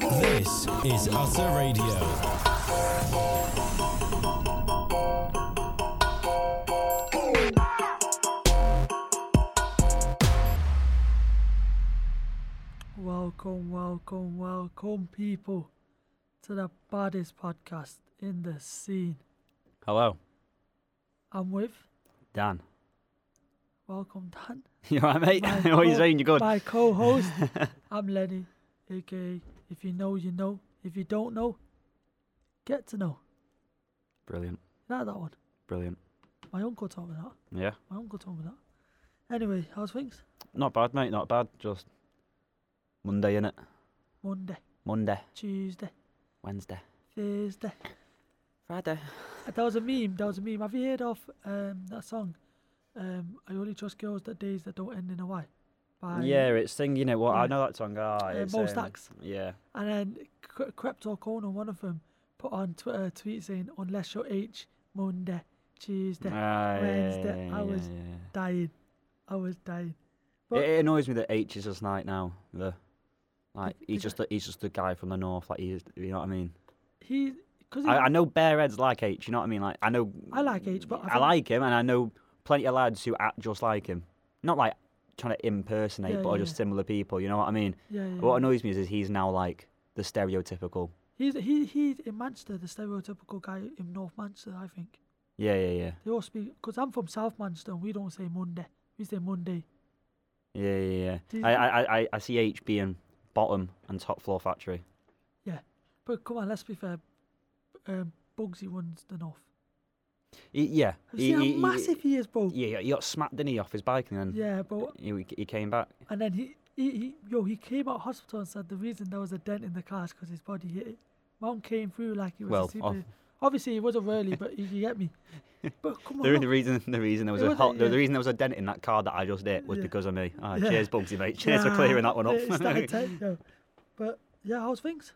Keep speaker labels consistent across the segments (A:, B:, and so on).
A: This is Utter Radio.
B: Welcome, welcome, welcome, people, to the baddest podcast in the scene.
C: Hello,
B: I'm with,
C: Dan.
B: welcome, Dan.
C: You alright, mate?
B: my
C: what are you
B: co-
C: saying? You're good.
B: My co host, I'm Lenny, aka if you know, you know. If you don't know, get to know.
C: Brilliant,
B: You like that one?
C: brilliant.
B: My uncle told me that.
C: Yeah,
B: My uncle told me that. Anyway, how's things?
C: not bad, mate. Not bad. Just Monday, innit?
B: Monday,
C: Monday,
B: Tuesday,
C: Wednesday,
B: Thursday.
C: Friday.
B: That was a meme. That was a meme. Have you heard of um, that song? Um, I only trust girls that days that don't end in a Y. By
C: yeah, it's singing it. What
B: Yeah.
C: I know that song. Ah,
B: Uh,
C: it's
B: Mo
C: um,
B: Stacks.
C: Yeah,
B: And then Cre- Creptor Corner, one of them, put on Twitter a tweet saying, "Unless you're H, Monday, Tuesday,
C: Ah, yeah,
B: Wednesday."
C: yeah,
B: I was
C: yeah, yeah.
B: dying. I was dying. But-
C: it, it annoys me that H is just like now. The like
B: is
C: he's just a, he's just a guy from the north. Like he's, you know what I mean?
B: He, because
C: I, I know bareheads like H. You know what I mean? Like I know.
B: I like H, but I
C: I
B: think-
C: like him, and I know plenty of lads who act just like him. Not like trying to impersonate,
B: Yeah,
C: but are
B: yeah,
C: just
B: yeah. Mm.
C: similar people. You know what I mean?
B: yeah, yeah,
C: What
B: yeah.
C: annoys me is, is he's now like the stereotypical.
B: he's he he's in Manchester, the stereotypical guy in North Manchester. I think
C: Yeah, yeah, yeah,
B: they all speak. Because I'm from South Manchester, and we don't say Monday. We say Monday.
C: yeah, yeah.
B: Do you
C: yeah. I, I, I, I see H being bottom and top floor factory.
B: But come on, let's be fair. Um, Bugsy runs the north.
C: He, yeah.
B: Have you seen
C: he- he-
B: how massive he is, bro?
C: yeah, yeah, he got smacked, didn't he, off his bike, and then
B: Yeah, but
C: he, he came back.
B: And then he, he, he yo, he came out of hospital and said the reason there was a dent in the car is because his body hit it. Mom came through like he was
C: Well,
B: a super.
C: off-
B: Obviously, he wasn't really, but you get me. But come on,
C: The, the
B: look,
C: reason the reason there was
B: It
C: a
B: was a-
C: hot, the,
B: yeah.
C: reason there was a dent in that car that I just hit was
B: Yeah.
C: because of me. Ah,
B: Yeah.
C: Cheers, Bugsy mate. Cheers for
B: nah,
C: clearing that one up.
B: it's that intent, yo. But yeah, how's things?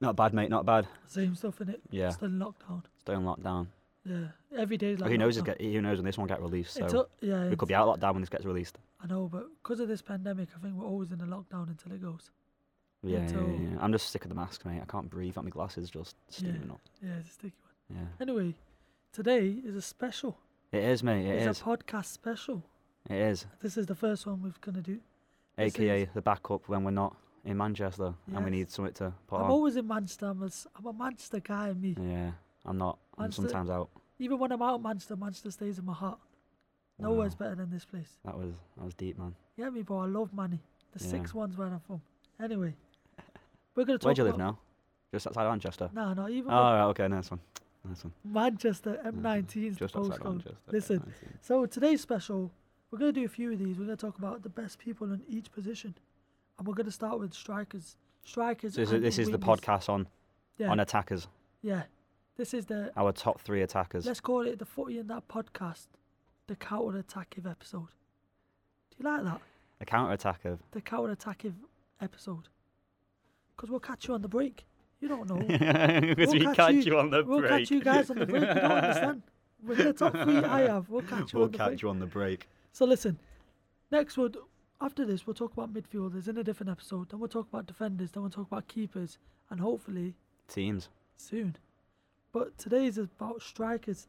C: not bad, mate. Not bad.
B: Same stuff in it.
C: Yeah.
B: Still in lockdown.
C: Still in lockdown.
B: Yeah, every day is like.
C: who knows?
B: lockdown.
C: Get, who knows when this one get released?
B: It's
C: So
B: a- yeah,
C: we
B: it's-
C: could be out of lockdown when this gets released.
B: I know, but because of this pandemic, I think we're always in a lockdown until it goes.
C: Yeah, yeah,
B: Until-
C: yeah, yeah. I'm just sick of the mask, mate. I can't breathe. Got my glasses just steaming up.
B: Yeah, it's a sticky one.
C: Yeah,
B: Anyway, today is a special.
C: it is, mate. It
B: it's
C: is.
B: a podcast special.
C: It is.
B: This is the first one we're gonna do. This
C: AKA the backup when we're not in Manchester and we
B: Yes.
C: need something to put
B: I'm
C: on.
B: always in Manchester. I'm a, s- I'm a Manchester guy, me.
C: yeah, I'm not. I'm
B: Manchester-
C: sometimes out.
B: Even when I'm out of Manchester, Manchester stays in my heart. Nowhere's
C: Wow.
B: better than this place.
C: That was that was deep, man.
B: Yeah, me, bro. I love money. The
C: Yeah.
B: six ones where I'm from. Anyway, we're gonna talk.
C: Where do you live
B: about,
C: now? Just outside of Manchester.
B: now? No, no, even
C: Oh, right, okay, nice one. Nice one.
B: Manchester M19 's the
C: Mm-hmm. Just outside of
B: postcode.
C: Manchester.
B: Listen,
C: nice one.
B: So today's special, we're gonna do a few of these. We're gonna talk about the best people in each position, and we're gonna start with strikers. Strikers.
C: So this, is-
B: and
C: this is the
B: wingers.
C: podcast on
B: Yeah,
C: on attackers.
B: yeah. This is the
C: Our top three attackers.
B: Let's call it the footy in that podcast, the counter attacking episode. Do you like that?
C: A counter attacker.
B: The counter attacking episode. Because we'll catch you on the break. You don't know.
C: Because
B: catch you-
C: on the
B: we'll catch you guys on the break. You don't understand. With the top three I have, we'll catch you
C: We'll
B: on the
C: catch
B: break.
C: you on the break.
B: So listen, next one. After this, we'll talk about midfielders in a different episode. Then we'll talk about defenders. Then we'll talk about keepers, and hopefully
C: Teams.
B: soon. But today is about strikers,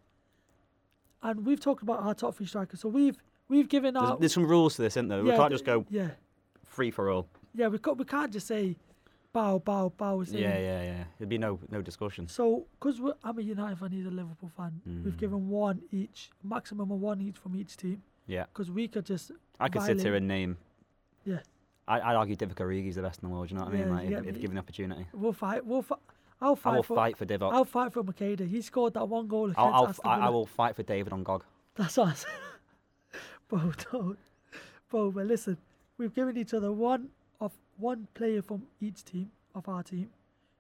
B: and we've talked about our top three strikers. So we've we've given
C: There's,
B: our
C: there's some rules to this, isn't there? we
B: yeah,
C: can't just go
B: yeah
C: free for all.
B: yeah we can't we can't just say bow bow bow. and say-
C: Yeah, yeah, yeah. There'd be no no discussion.
B: So because I'm a United fan, he's a Liverpool fan. We've
C: Mm.
B: given one each, maximum of one each from each team.
C: Yeah.
B: Because we could just
C: I could sit here
B: violate-
C: and name.
B: Yeah.
C: I, I'd argue Divock Origi's the best in the world. You know what I mean?
B: Yeah,
C: like
B: you
C: if,
B: get
C: if
B: me.
C: given the opportunity,
B: we'll fight we'll fight. I'll fight
C: I will
B: for
C: fight for Divock.
B: I'll fight for Makeda. He scored that one goal against
C: I'll, I'll,
B: Aston
C: I, I
B: Villa.
C: will fight for David on GOG.
B: That's us. Bo, don't. Bo, but listen, we've given each other one of one player from each team of our team.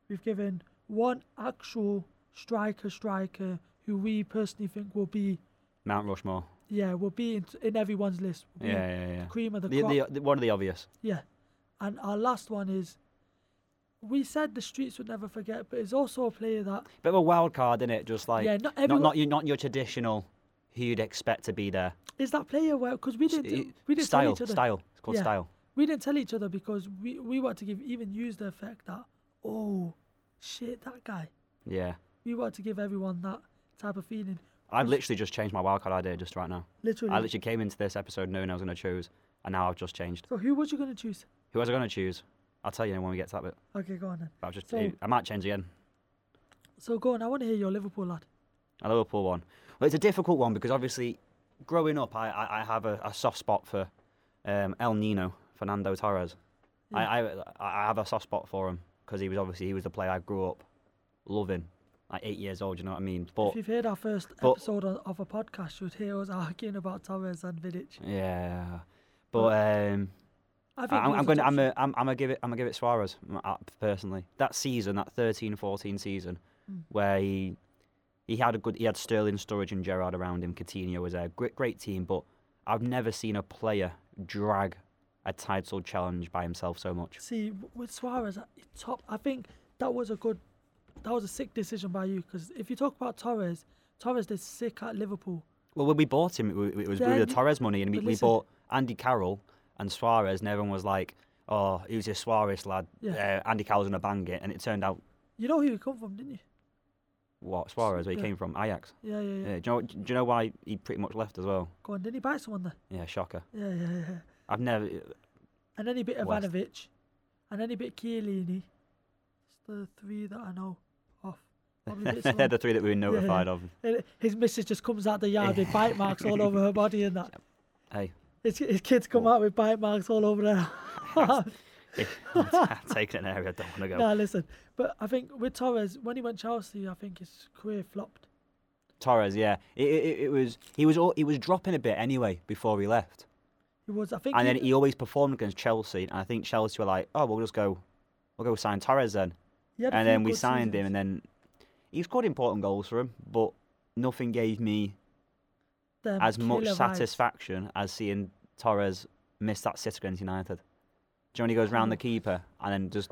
B: We've given one actual striker, striker who we personally think will be,
C: Mount Rushmore.
B: yeah, will be in, in everyone's list. Will
C: Yeah,
B: be
C: yeah, yeah.
B: The cream of the,
C: The, uh,
B: crop.
C: the, the, one of the obvious.
B: yeah. And our last one is, we said the streets would never forget, but it's also a player that
C: Bit of a wild card, is it? Just like
B: Yeah, not
C: not,
B: everyone-
C: not, your, not your traditional who you'd expect to be there.
B: is that player where because we didn't
C: It-
B: we didn't tell
C: style,
B: each other
C: style. It's called
B: Yeah.
C: style.
B: we didn't tell each other because we, we were to give even use the effect that oh, shit, that guy.
C: Yeah.
B: We want to give everyone that type of feeling.
C: I've literally just changed my wildcard idea just right now.
B: Literally.
C: I literally came into this episode knowing I was going to choose, and now I've just changed.
B: so who was you going to choose?
C: Who was I going to choose? I'll tell you when we get to that bit.
B: Okay, go on then.
C: But I've just,
B: So-
C: I might change again.
B: So go on, I want to hear your Liverpool lad.
C: A Liverpool one. Well, it's a difficult one because obviously, growing up, I, I, I have a, a soft spot for um, El Nino, Fernando Torres. I, I I have a soft spot for him because he was obviously he was the player I grew up loving, like eight years old. You know what I mean? But
B: if you've heard our first
C: but-
B: episode on, of a podcast, you'd hear us arguing about Torres and Vidic.
C: yeah, but um,
B: I think
C: I- I'm,
B: those
C: I'm
B: are
C: going.
B: top
C: I'm
B: shit.
C: a, I'm, I'm a give it. I'm gonna give it Suarez m- uh, personally. That season, that 13-14 season,
B: Mm.
C: where he he had a good. He had Sterling, Sturridge, and Gerrard around him. Coutinho was there. Great, great team. But I've never seen a player drag a title challenge by himself so much.
B: See, w- with Suarez, uh, he top. I think that was a good, that was a sick decision by you. Because if you talk about Torres, Torres did sick at Liverpool.
C: Well, when we bought him, it, wa- it was
B: Then-
C: with the Torres money, and we,
B: but
C: we
B: listen-
C: bought Andy Carroll and Suarez, and everyone was like, "Oh, who's this Suarez lad?
B: Yeah.
C: Uh, Andy Carroll's gonna bang it." And it turned out
B: You know who he come from, didn't you?
C: what Suarez? Where he
B: Yeah.
C: came from? Ajax.
B: Yeah, yeah, yeah.
C: Yeah. Do you know? Do you know why he pretty much left as well?
B: Go on, didn't he buy someone there?
C: Yeah, shocker.
B: Yeah, yeah, yeah.
C: I've never.
B: And then he bit
C: West.
B: Ivanovic, and then he bit Chiellini. It's the three that I know off. Probably bit
C: They're
B: someone.
C: the three that we were notified of.
B: And His missus just comes out the yard with bite marks all over her body and that.
C: Hey,
B: His, his kids come out with bite marks all over their
C: I've taken an area I don't want to go.
B: Nah, listen. But I think with Torres, when he went Chelsea, I think his career flopped.
C: Torres, yeah, it, it, it- it was he was all, he was dropping a bit anyway before he left,
B: He was, I think.
C: and then
B: he-
C: he always performed against Chelsea, and I think Chelsea were like, oh, we'll just go, we'll go sign Torres then,
B: he had a
C: and
B: few
C: then we
B: good
C: signed him,
B: seasons.
C: and then he scored important goals for him, but nothing gave me
B: Them
C: as much
B: killer vibes.
C: satisfaction as seeing Torres miss that sit against United. Do you know when he goes
B: Oh.
C: round the keeper and then just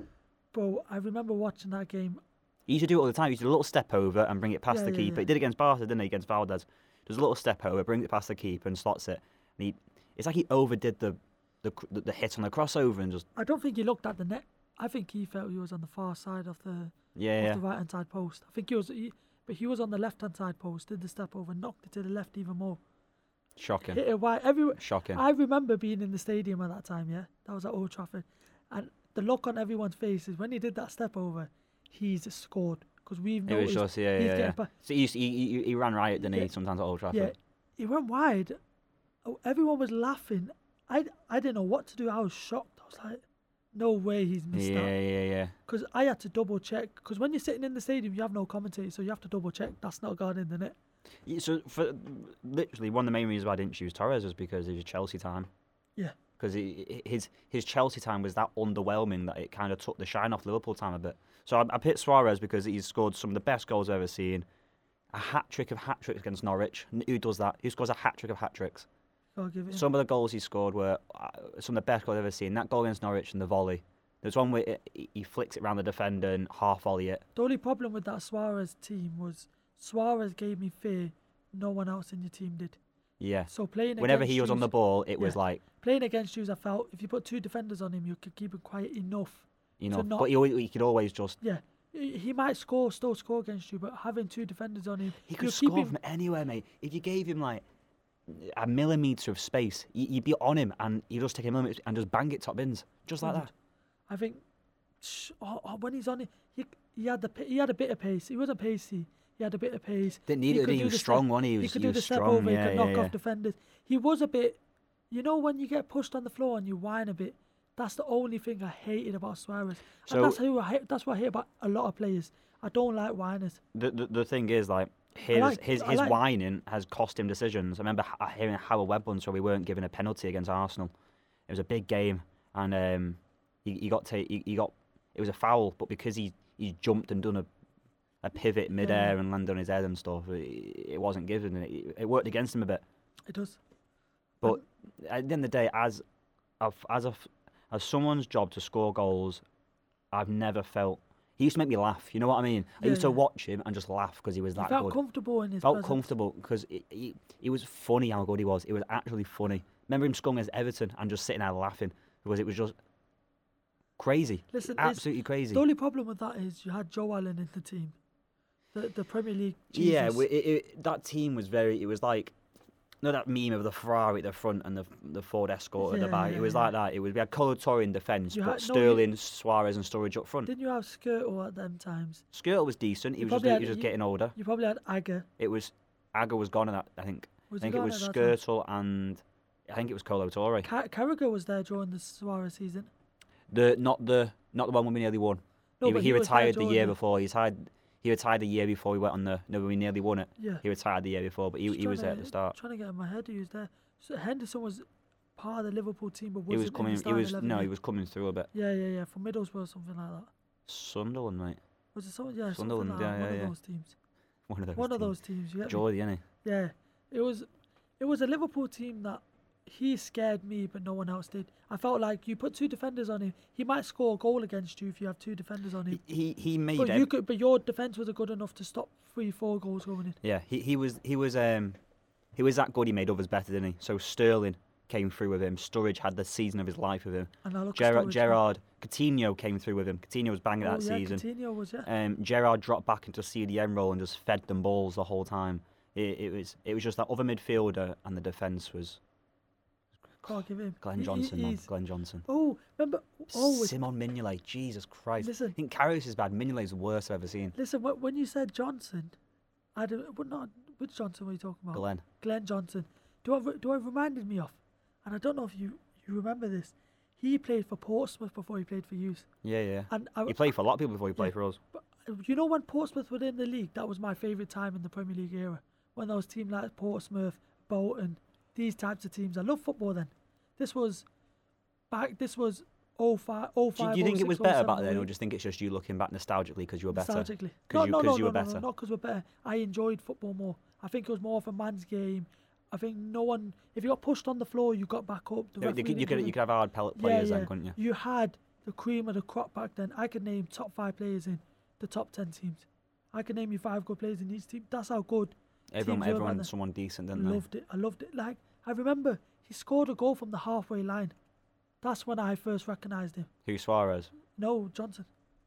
B: Bro, I remember watching that game.
C: He used to do it all the time. He used to do a little step over and bring it past
B: Yeah,
C: the
B: yeah,
C: keeper.
B: yeah.
C: He did it against Barca, didn't he? Against Valdez. Does a little step over, brings it past the keeper and slots it. And he, it's like he overdid the, the cr- the hit on the crossover and just
B: I don't think he looked at the net. I think he felt he was on the far side of the
C: yeah,
B: off
C: yeah.
B: the right hand side post. I think he was, he, but he was on the left hand side post. Did the step over, knocked it to the left even more,
C: shocking,
B: hit it wide. Everywhere.
C: shocking.
B: I remember being in the stadium at that time. Yeah, that was at Old Trafford, and the look on everyone's faces when he did that step over, he's scored because we've
C: It was
B: noticed.
C: just yeah,
B: he's
C: yeah,
B: getting
C: yeah.
B: pa-
C: So he, used to, he, he he ran riot, didn't
B: Yeah.
C: he? Sometimes at Old
B: yeah,
C: Trafford.
B: he went wide. Oh, Everyone was laughing. I I didn't know what to do. I was shocked. I was like, no way he's missed
C: yeah,
B: that.
C: yeah, yeah.
B: Because I had to double check. Because when you're sitting in the stadium, you have no commentator, so you have to double check. That's not gone in the net.
C: Yeah, So for literally one of the main reasons why I didn't choose Torres was because it was Chelsea time.
B: Yeah.
C: Because his his Chelsea time was that underwhelming that it kind of took the shine off Liverpool time a bit. So I, I picked Suarez because he's scored some of the best goals I've ever seen. A hat trick of hat tricks against Norwich. N- Who does that? Who scores a hat trick of hat tricks?
B: I'll give it.
C: Some of the goals he scored were uh, some of the best goals I've ever seen. That goal against Norwich and the volley. There's one where uh, he, he flicks it round the defender and half volley it.
B: The only problem with that Suarez team was Suarez gave me fear. No one else in your team did.
C: Yeah.
B: So playing
C: Whenever
B: against
C: he was on
B: Hughes-
C: the ball, it was
B: yeah.
C: like
B: playing against Hughes, I felt if you put two defenders on him, you could keep him quiet enough.
C: you
B: to
C: know.
B: not-
C: But he, always, he could always just
B: Yeah, he he might score, still score against you, but having two defenders on him,
C: He
B: you
C: could
B: keep
C: score
B: him-
C: from anywhere, mate. If you gave him like a millimetre of space, y- you'd be on him and he'd just take a millimetre and just bang it top bins, just like
B: Hundred.
C: that.
B: I think sh- oh, oh, when he's on it, he, he had the pa- he had a bit of pace. He wasn't pacey. He had a bit of pace.
C: Didn't need
B: he
C: it,
B: could
C: didn't
B: do
C: he? He was
B: the step-
C: strong, wasn't he? He was-
B: could
C: he
B: do
C: was
B: the step
C: strong.
B: over. he
C: Yeah,
B: could
C: yeah,
B: knock
C: yeah.
B: off defenders. He was a bit. You know when you get pushed on the floor and you whine a bit. That's the only thing I hated about Suarez.
C: So-
B: and that's who I hate, that's what I hate about a lot of players. I don't like whiners.
C: The, the, the thing is, like, his
B: like-
C: his,
B: I
C: his
B: like-
C: whining has cost him decisions. I remember h- hearing Howard Webb once where we weren't given a penalty against Arsenal. It was a big game and um, he, he got ta he, he got it was a foul, but because he, he jumped and done a a pivot midair and landed on his head and stuff, it, it wasn't given. and It, it worked against him a bit.
B: It does.
C: But
B: Um,
C: at the end of the day, as a f as a f as someone's job to score goals, I've never felt. He used to make me laugh. You know what I mean? I
B: Yeah,
C: used to
B: yeah.
C: watch him and just laugh because he was
B: He
C: that
B: felt
C: good.
B: comfortable in his
C: felt
B: presence.
C: comfortable because he, he, he was funny how good he was. It was actually funny. Remember him scoring as Everton and just sitting there laughing because it was just Crazy.
B: Listen, it's-
C: Absolutely crazy.
B: The only problem with that is you had Joe Allen in the team, the the Premier League. Jesus.
C: Yeah, we- it, it, that team was very. It was like, no, that meme of the Ferrari at the front and the the Ford Escort at
B: Yeah,
C: the back.
B: yeah,
C: it was
B: yeah.
C: like that. It was we had Colo Torre in defence,
B: You
C: but
B: had- no, you-
C: Sterling, Suarez, and Sturridge up front.
B: Didn't you have Skirtle at them times?
C: Skirtle was decent. He
B: You
C: was just,
B: probably
C: he
B: had-
C: was just
B: you-
C: getting older.
B: You probably had Agger.
C: It was Agger was gone. In that, I think.
B: Was
C: I
B: he
C: think it
B: gone
C: was
B: at that
C: Skirtle and I think it was Colo Torre.
B: Car- Carragher was there during the Suarez season.
C: The not the not the one when we nearly won.
B: No,
C: he,
B: but
C: he,
B: he was there
C: retired the
B: during
C: year
B: the-
C: before. He retired. He retired the year before we went on the. No, when we nearly won it.
B: Yeah.
C: He retired the year before, but he,
B: Just
C: he was
B: tryna-
C: there at the start.
B: Trying to get in my head who was there. So Henderson was part of the Liverpool team, but wasn't
C: He was
B: In
C: coming.
B: the
C: He
B: starting
C: was
B: 11,
C: no.
B: yeah.
C: He was coming through a bit.
B: Yeah, yeah, yeah. From Middlesbrough or something like that.
C: Sunderland, mate.
B: Was it something? Yeah,
C: Sunderland,
B: Something like that.
C: yeah,
B: One
C: yeah,
B: of
C: yeah.
B: those teams.
C: One of those.
B: One of
C: teams.
B: those teams. You get me?
C: Geordie, innit?
B: Yeah, it was, it was a Liverpool team that he scared me, but no one else did. I felt like you put two defenders on him, he might score a goal against you if you have two defenders on him.
C: He he made
B: But you
C: ev-
B: could, but your defense was good enough to stop three, four goals going in.
C: Yeah, he, he was he was um he was that good. He made others better, didn't he? So Sterling came through with him. Sturridge had the season of his life with him.
B: And I look
C: Gerard
B: at Sturridge,
C: Gerard Coutinho came through with him. Coutinho was banging
B: oh,
C: that
B: yeah,
C: season.
B: Coutinho was yeah.
C: Um, Gerard dropped back into CDM role and just fed them balls the whole time. It, it was it was just that other midfielder and the defence was
B: Can't give him.
C: Glenn
B: He- he-
C: Johnson, man.
B: he's-
C: Glenn Johnson.
B: Oh, remember? Oh, it's-
C: Simon Mignolet, Jesus Christ.
B: Listen.
C: I think Karius is bad. Mignolet's the worst I've ever seen.
B: listen. wh- When you said Johnson, I don't. But not which Johnson were you talking about?
C: Glenn.
B: Glenn Johnson. Do I re- do I reminded me of, and I don't know if you you remember this. He played for Portsmouth before he played for Youth,
C: Yeah, yeah.
B: and I,
C: He played for a lot of people before he played for us.
B: but, uh, you know when Portsmouth were in the league, that was my favourite time in the Premier League era. When those teams like Portsmouth, Bolton, these types of teams. I love football then. This was back. This was 05, 05
C: Do you, do you think it
B: 06,
C: was better back
B: 07,
C: then, or
B: 08.
C: just think it's just you looking back nostalgically because you were better?
B: Nostalgically.
C: 'Cause
B: No,
C: you-
B: no,
C: 'cause
B: no,
C: you
B: no,
C: were
B: no,
C: better.
B: no, not because we're better. I enjoyed football more. I think it was more of a man's game. I think no one, if you got pushed on the floor, you got back up. The
C: You,
B: referee
C: could, you,
B: didn't
C: could,
B: give
C: you
B: a-
C: could have hard pellet
B: Yeah,
C: players
B: yeah.
C: then, couldn't you?
B: You had the cream of the crop back then. I could name top five players in the top ten teams. I could name you five good players in each team. That's how good.
C: Everyone,
B: teams were back
C: everyone,
B: then.
C: someone decent, didn't they?
B: Loved it. I loved it. Like I remember, he scored a goal from the halfway line. That's when I first recognised him.
C: Who Suarez,
B: No, Johnson.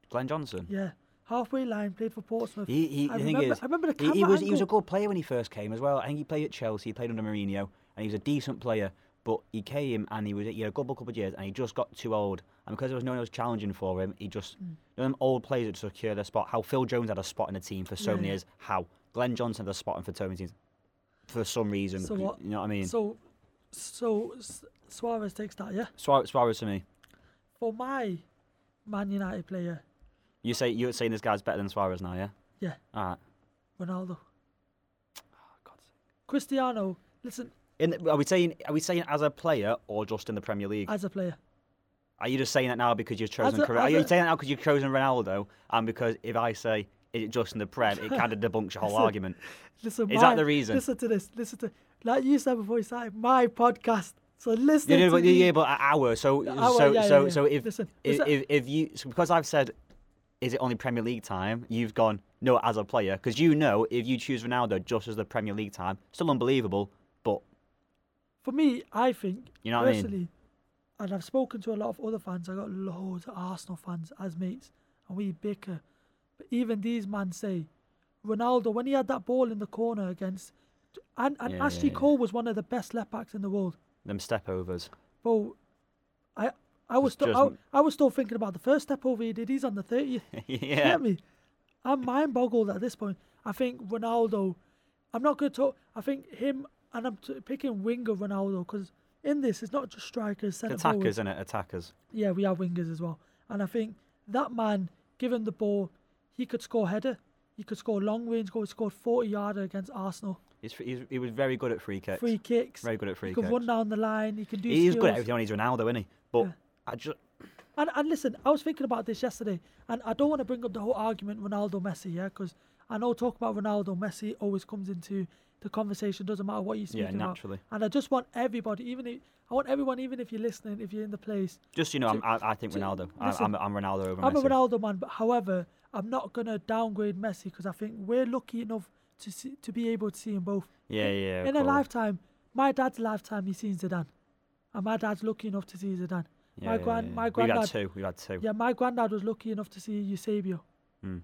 C: Glenn Johnson.
B: Yeah, halfway line played for Portsmouth.
C: He, he,
B: I
C: the
B: remember,
C: thing is,
B: I remember the
C: he,
B: camera
C: he was he was a
B: angle.
C: good player when he first came as well. I think he played at Chelsea, he played under Mourinho, and he was a decent player. But he came and he was he had a good couple of years, and he just got too old. And because there was no one else challenging for him, he just
B: Mm.
C: you know, them old players that secure their spot. How Phil Jones had a spot in the team for so
B: Yeah,
C: many
B: yeah.
C: years. How Glenn Johnson had a spot in for so many teams for some reason.
B: So
C: you-
B: what-
C: You know what I mean?
B: So, so S- Suarez takes that, yeah.
C: Suarez, Suarez to me.
B: For my Man United player,
C: You say you're saying this guy's better than Suarez now, yeah?
B: Yeah.
C: All right.
B: Ronaldo,
C: Oh, God.
B: Cristiano. Listen,
C: In, are we saying are we saying as a player or just in the Premier League?
B: as a player,
C: Are you just saying that now because you've chosen?
B: a-
C: Corre- are
B: as
C: you
B: a-
C: saying that now because you've chosen Ronaldo? And because if I say is it just in the Prem, it kind of debunks your whole
B: Listen,
C: argument.
B: listen.
C: Is that
B: my-
C: the reason?
B: Listen to this. Listen to like you said before you started my podcast. So listen.
C: Yeah,
B: to
C: yeah, but,
B: me.
C: yeah, but an hour. So
B: hour,
C: so
B: yeah, yeah,
C: so
B: yeah.
C: so if
B: Listen,
C: if,
B: listen.
C: if if you so because I've said is it only Premier League time? You've gone no as a player because you know if you choose Ronaldo just as the Premier League time, still unbelievable, but
B: For me, I think
C: You know what I mean?
B: personally, and I've spoken to a lot of other fans. I got loads of Arsenal fans as mates, and we bicker. But even these man say, Ronaldo when he had that ball in the corner against, and and
C: Yeah,
B: Ashley
C: yeah, yeah.
B: Cole was one of the best left backs in the world.
C: them step overs.
B: Bro, I I was
C: Just-
B: still
C: just-
B: I, I was still thinking about the first step over he did. He's on the thirtieth.
C: yeah.
B: Get me? I'm mind boggled at this point. I think Ronaldo. I'm not going to talk. I think him and I'm t- picking winger Ronaldo because in this it's not just strikers, centre
C: Attackers,
B: forwards.
C: isn't it? Attackers.
B: Yeah, we are wingers as well. And I think that man, given the ball, he could score header. He could score long range goal. He scored 40 yarder against Arsenal.
C: He's, he's, he was very good at free kicks.
B: Free kicks.
C: Very good at free
B: He could
C: kicks.
B: run down the line. He can do.
C: He is good at
B: skills.
C: everything. when He's Ronaldo, isn't he? But
B: Yeah.
C: I just
B: And, and listen, I was thinking about this yesterday, and I don't want to bring up the whole argument Ronaldo Messi, yeah, because I know talk about Ronaldo Messi always comes into the conversation. Doesn't matter what you're
C: Yeah,
B: speaking
C: naturally.
B: about. And I just want everybody, even if, I want everyone, even if you're listening, if you're in the place,
C: just so you know, I'm, I, I think
B: to-
C: Ronaldo.
B: listen,
C: I, I'm, I'm Ronaldo over
B: I'm
C: Messi.
B: a Ronaldo man, but however, I'm not gonna downgrade Messi because I think we're lucky enough to see, to be able to see them both.
C: Yeah, yeah. of
B: in a
C: course.
B: lifetime, my dad's lifetime, he's seen Zidane, and my dad's lucky enough to see Zidane.
C: Yeah,
B: My
C: yeah,
B: gran-
C: yeah.
B: my
C: We've had
B: granddad-
C: two. We've had two.
B: Yeah, my granddad was lucky enough to see Eusebio.
C: Mm.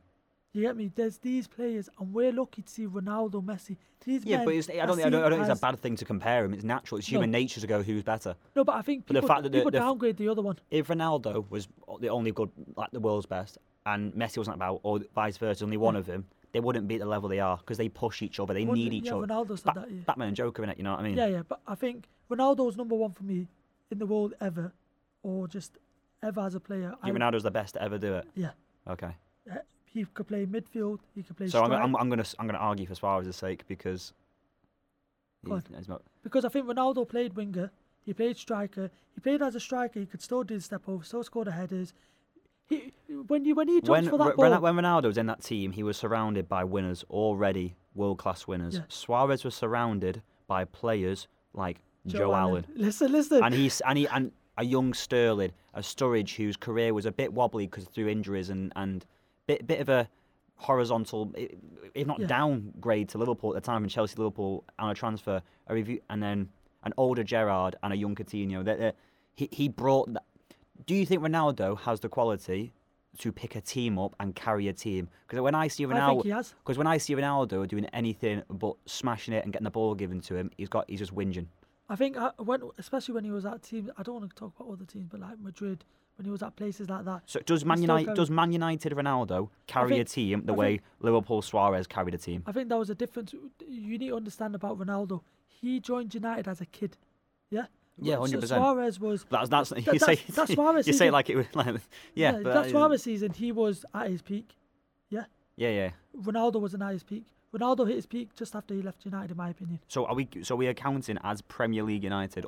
B: You get me? There's these players, and we're lucky to see Ronaldo, Messi. These
C: Yeah,
B: men
C: but it's, I
B: are
C: don't, think, I
B: seen
C: don't, I don't think it's
B: as-
C: a bad thing to compare him. It's natural. It's human
B: No.
C: nature to go who's better.
B: No, but I think
C: But the
B: people,
C: fact that the-
B: people
C: the f-
B: downgrade the other one.
C: If Ronaldo was the only good, like the world's best, and Messi wasn't about, or vice versa, only one of them, they wouldn't be at the level they are because they push each other. They
B: One-
C: need each
B: yeah,
C: other.
B: Ronaldo said
C: Ba-
B: that, yeah.
C: Batman and Joker, innit? You know what I mean?
B: Yeah, yeah, but I think Ronaldo's number one for me in the world ever, or just ever as a player.
C: You
B: I-
C: think Ronaldo's the best to ever do it.
B: Yeah,
C: Okay.
B: Uh, he could play midfield. He could play.
C: So I'm,
B: strike,
C: I'm, I'm gonna s- I'm gonna argue for Suarez's sake because
B: Go
C: he's, he's not.
B: because I think Ronaldo played winger. He played striker. He played as a striker. He could still do the step over. Still score the headers. He when you when he jumps
C: When,
B: for
C: Ro-
B: that
C: Ren-
B: ball.
C: when Ronaldo was in that team, he was surrounded by winners already, world class winners.
B: Yeah.
C: Suarez was surrounded by players like Joe,
B: Joe
C: Allen,
B: Listen, listen.
C: and he's and he and a young Sterling, a Sturridge whose career was a bit wobbly because through injuries and and bit bit of a horizontal, i- if not
B: Yeah.
C: downgrade to Liverpool at the time from Chelsea to Liverpool on a transfer, a review, and then an older Gerrard and a young Coutinho. That that- he he brought. That. Do you think Ronaldo has the quality? To pick a team up and carry a team, because when I see
B: I think he
C: Ronaldo,
B: has.
C: because when I see Ronaldo doing anything but smashing it and getting the ball given to him, he's got he's just whinging.
B: I think I, when especially when he was at teams. I don't want to talk about other teams, but like Madrid when he was at places like that.
C: So does
B: He's
C: Man
B: still
C: United
B: going.
C: does Man United Ronaldo carry
B: think-
C: a team the
B: I
C: way
B: think-
C: Liverpool Suarez carried a team?
B: I think that was a difference. You need to understand about Ronaldo. He joined United as a kid. Yeah.
C: Yeah,
B: So
C: 100%.
B: Suarez was.
C: That's that's you
B: That-
C: say
B: that's- that's Suarez,
C: you
B: isn't
C: say
B: it?
C: like it was like yeah, but
B: that's
C: that-
B: Suarez season. He was at his peak. Yeah.
C: yeah yeah.
B: Ronaldo wasn't at his peak. Ronaldo hit his peak just after he left United, in my opinion.
C: So are we so we are counting as Premier League United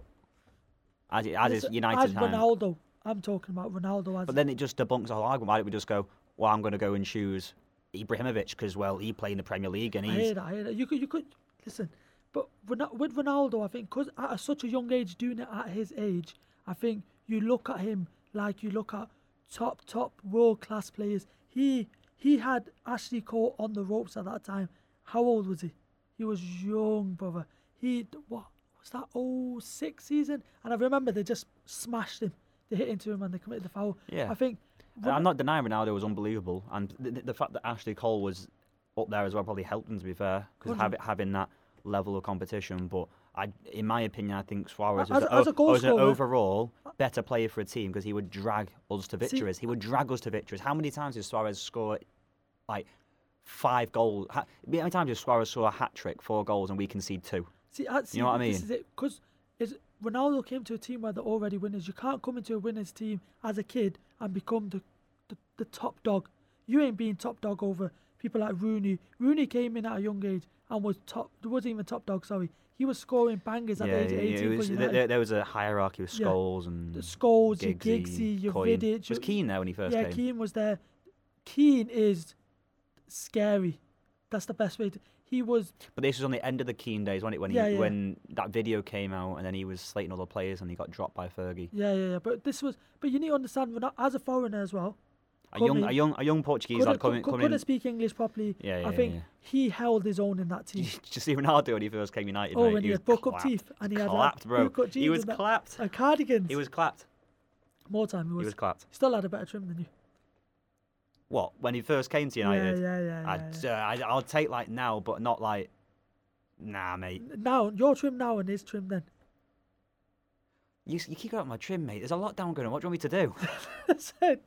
C: as it- as is
B: Listen,
C: United
B: as
C: time.
B: Ronaldo. I'm talking about Ronaldo as.
C: But then it just debunks the whole argument. Why don't we just go? Well, I'm going to go and choose Ibrahimovic because well he played in the Premier League and
B: I hear
C: he's
B: that. I hear that. You could. You could listen. But Rona- with Ronaldo, I think, because at such a young age, doing it at his age, I think you look at him like you look at top, top world class players. He he had Ashley Cole on the ropes at that time. How old was he? He was young, brother. He what was that? Oh, six season. And I remember they just smashed him. They hit into him and they committed the foul.
C: Yeah.
B: I think.
C: I'm not denying Ronaldo was unbelievable, and the, the fact that Ashley Cole was up there as well probably helped him to be fair because
B: Hundred.
C: having that level of competition. But I, in my opinion, I think Suarez
B: As
C: was,
B: a- as a
C: o- was an
B: goalscorer-
C: overall better player for a team because he would drag us
B: See-
C: to victories. he would drag us to victories. How many times did Suarez score like five goals? Ha- How many times did Suarez score a hat trick, four goals, and we concede two?
B: See, I, see
C: know what I
B: This
C: mean?
B: is it because Ronaldo came to a team where they're already winners. You can't come into a winners team as a kid and become the, the, the top dog. You ain't being top dog over people like Rooney. Rooney came in at a young age and was top. Wasn't even top dog. Sorry, he was scoring bangers at the age of
C: it
B: eighteen
C: was-
B: for
C: there,
B: United.
C: there- there was a hierarchy with
B: Yeah.
C: Scholes and
B: Scholes, your
C: Giggsy,
B: Giggsy, your
C: Coyne.
B: Vidic,
C: Was
B: your-
C: Keane there when he first
B: yeah,
C: came?
B: Keane was there. Keane is scary. That's the best way to. He was
C: But this was on the end of the Keane days, wasn't it? When he,
B: Yeah, yeah.
C: when that video came out, and then he was slating other players, and he got dropped by Fergie.
B: yeah, yeah, yeah. But this was. But you need to understand, Ronaldo, as a foreigner as well,
C: A
B: Come
C: young,
B: in.
C: a young, a young Portuguese
B: couldn't,
C: lad coming,
B: cou-
C: coming.
B: couldn't speak English properly.
C: Yeah, yeah,
B: I think
C: yeah.
B: he held his own in that team.
C: Did you see Ronaldo when he first came United?
B: oh,
C: mate?
B: and he
C: was
B: had broke up
C: clapped.
B: teeth and he had
C: clapped,
B: like,
C: bro.
B: bootcut jeans
C: He was
B: and that-
C: clapped.
B: and cardigans.
C: He was clapped.
B: more time. He was,
C: He was clapped.
B: still had a better trim than you.
C: What? When he first came to
B: Yeah,
C: United?
B: yeah, yeah, yeah,
C: I'd, Uh, I'd, I'll take like now, but not like. Nah, mate.
B: Now your trim now and his trim then.
C: You, you keep going on my trim, mate. There's a lot down going on. What do you want me to do?
B: Said,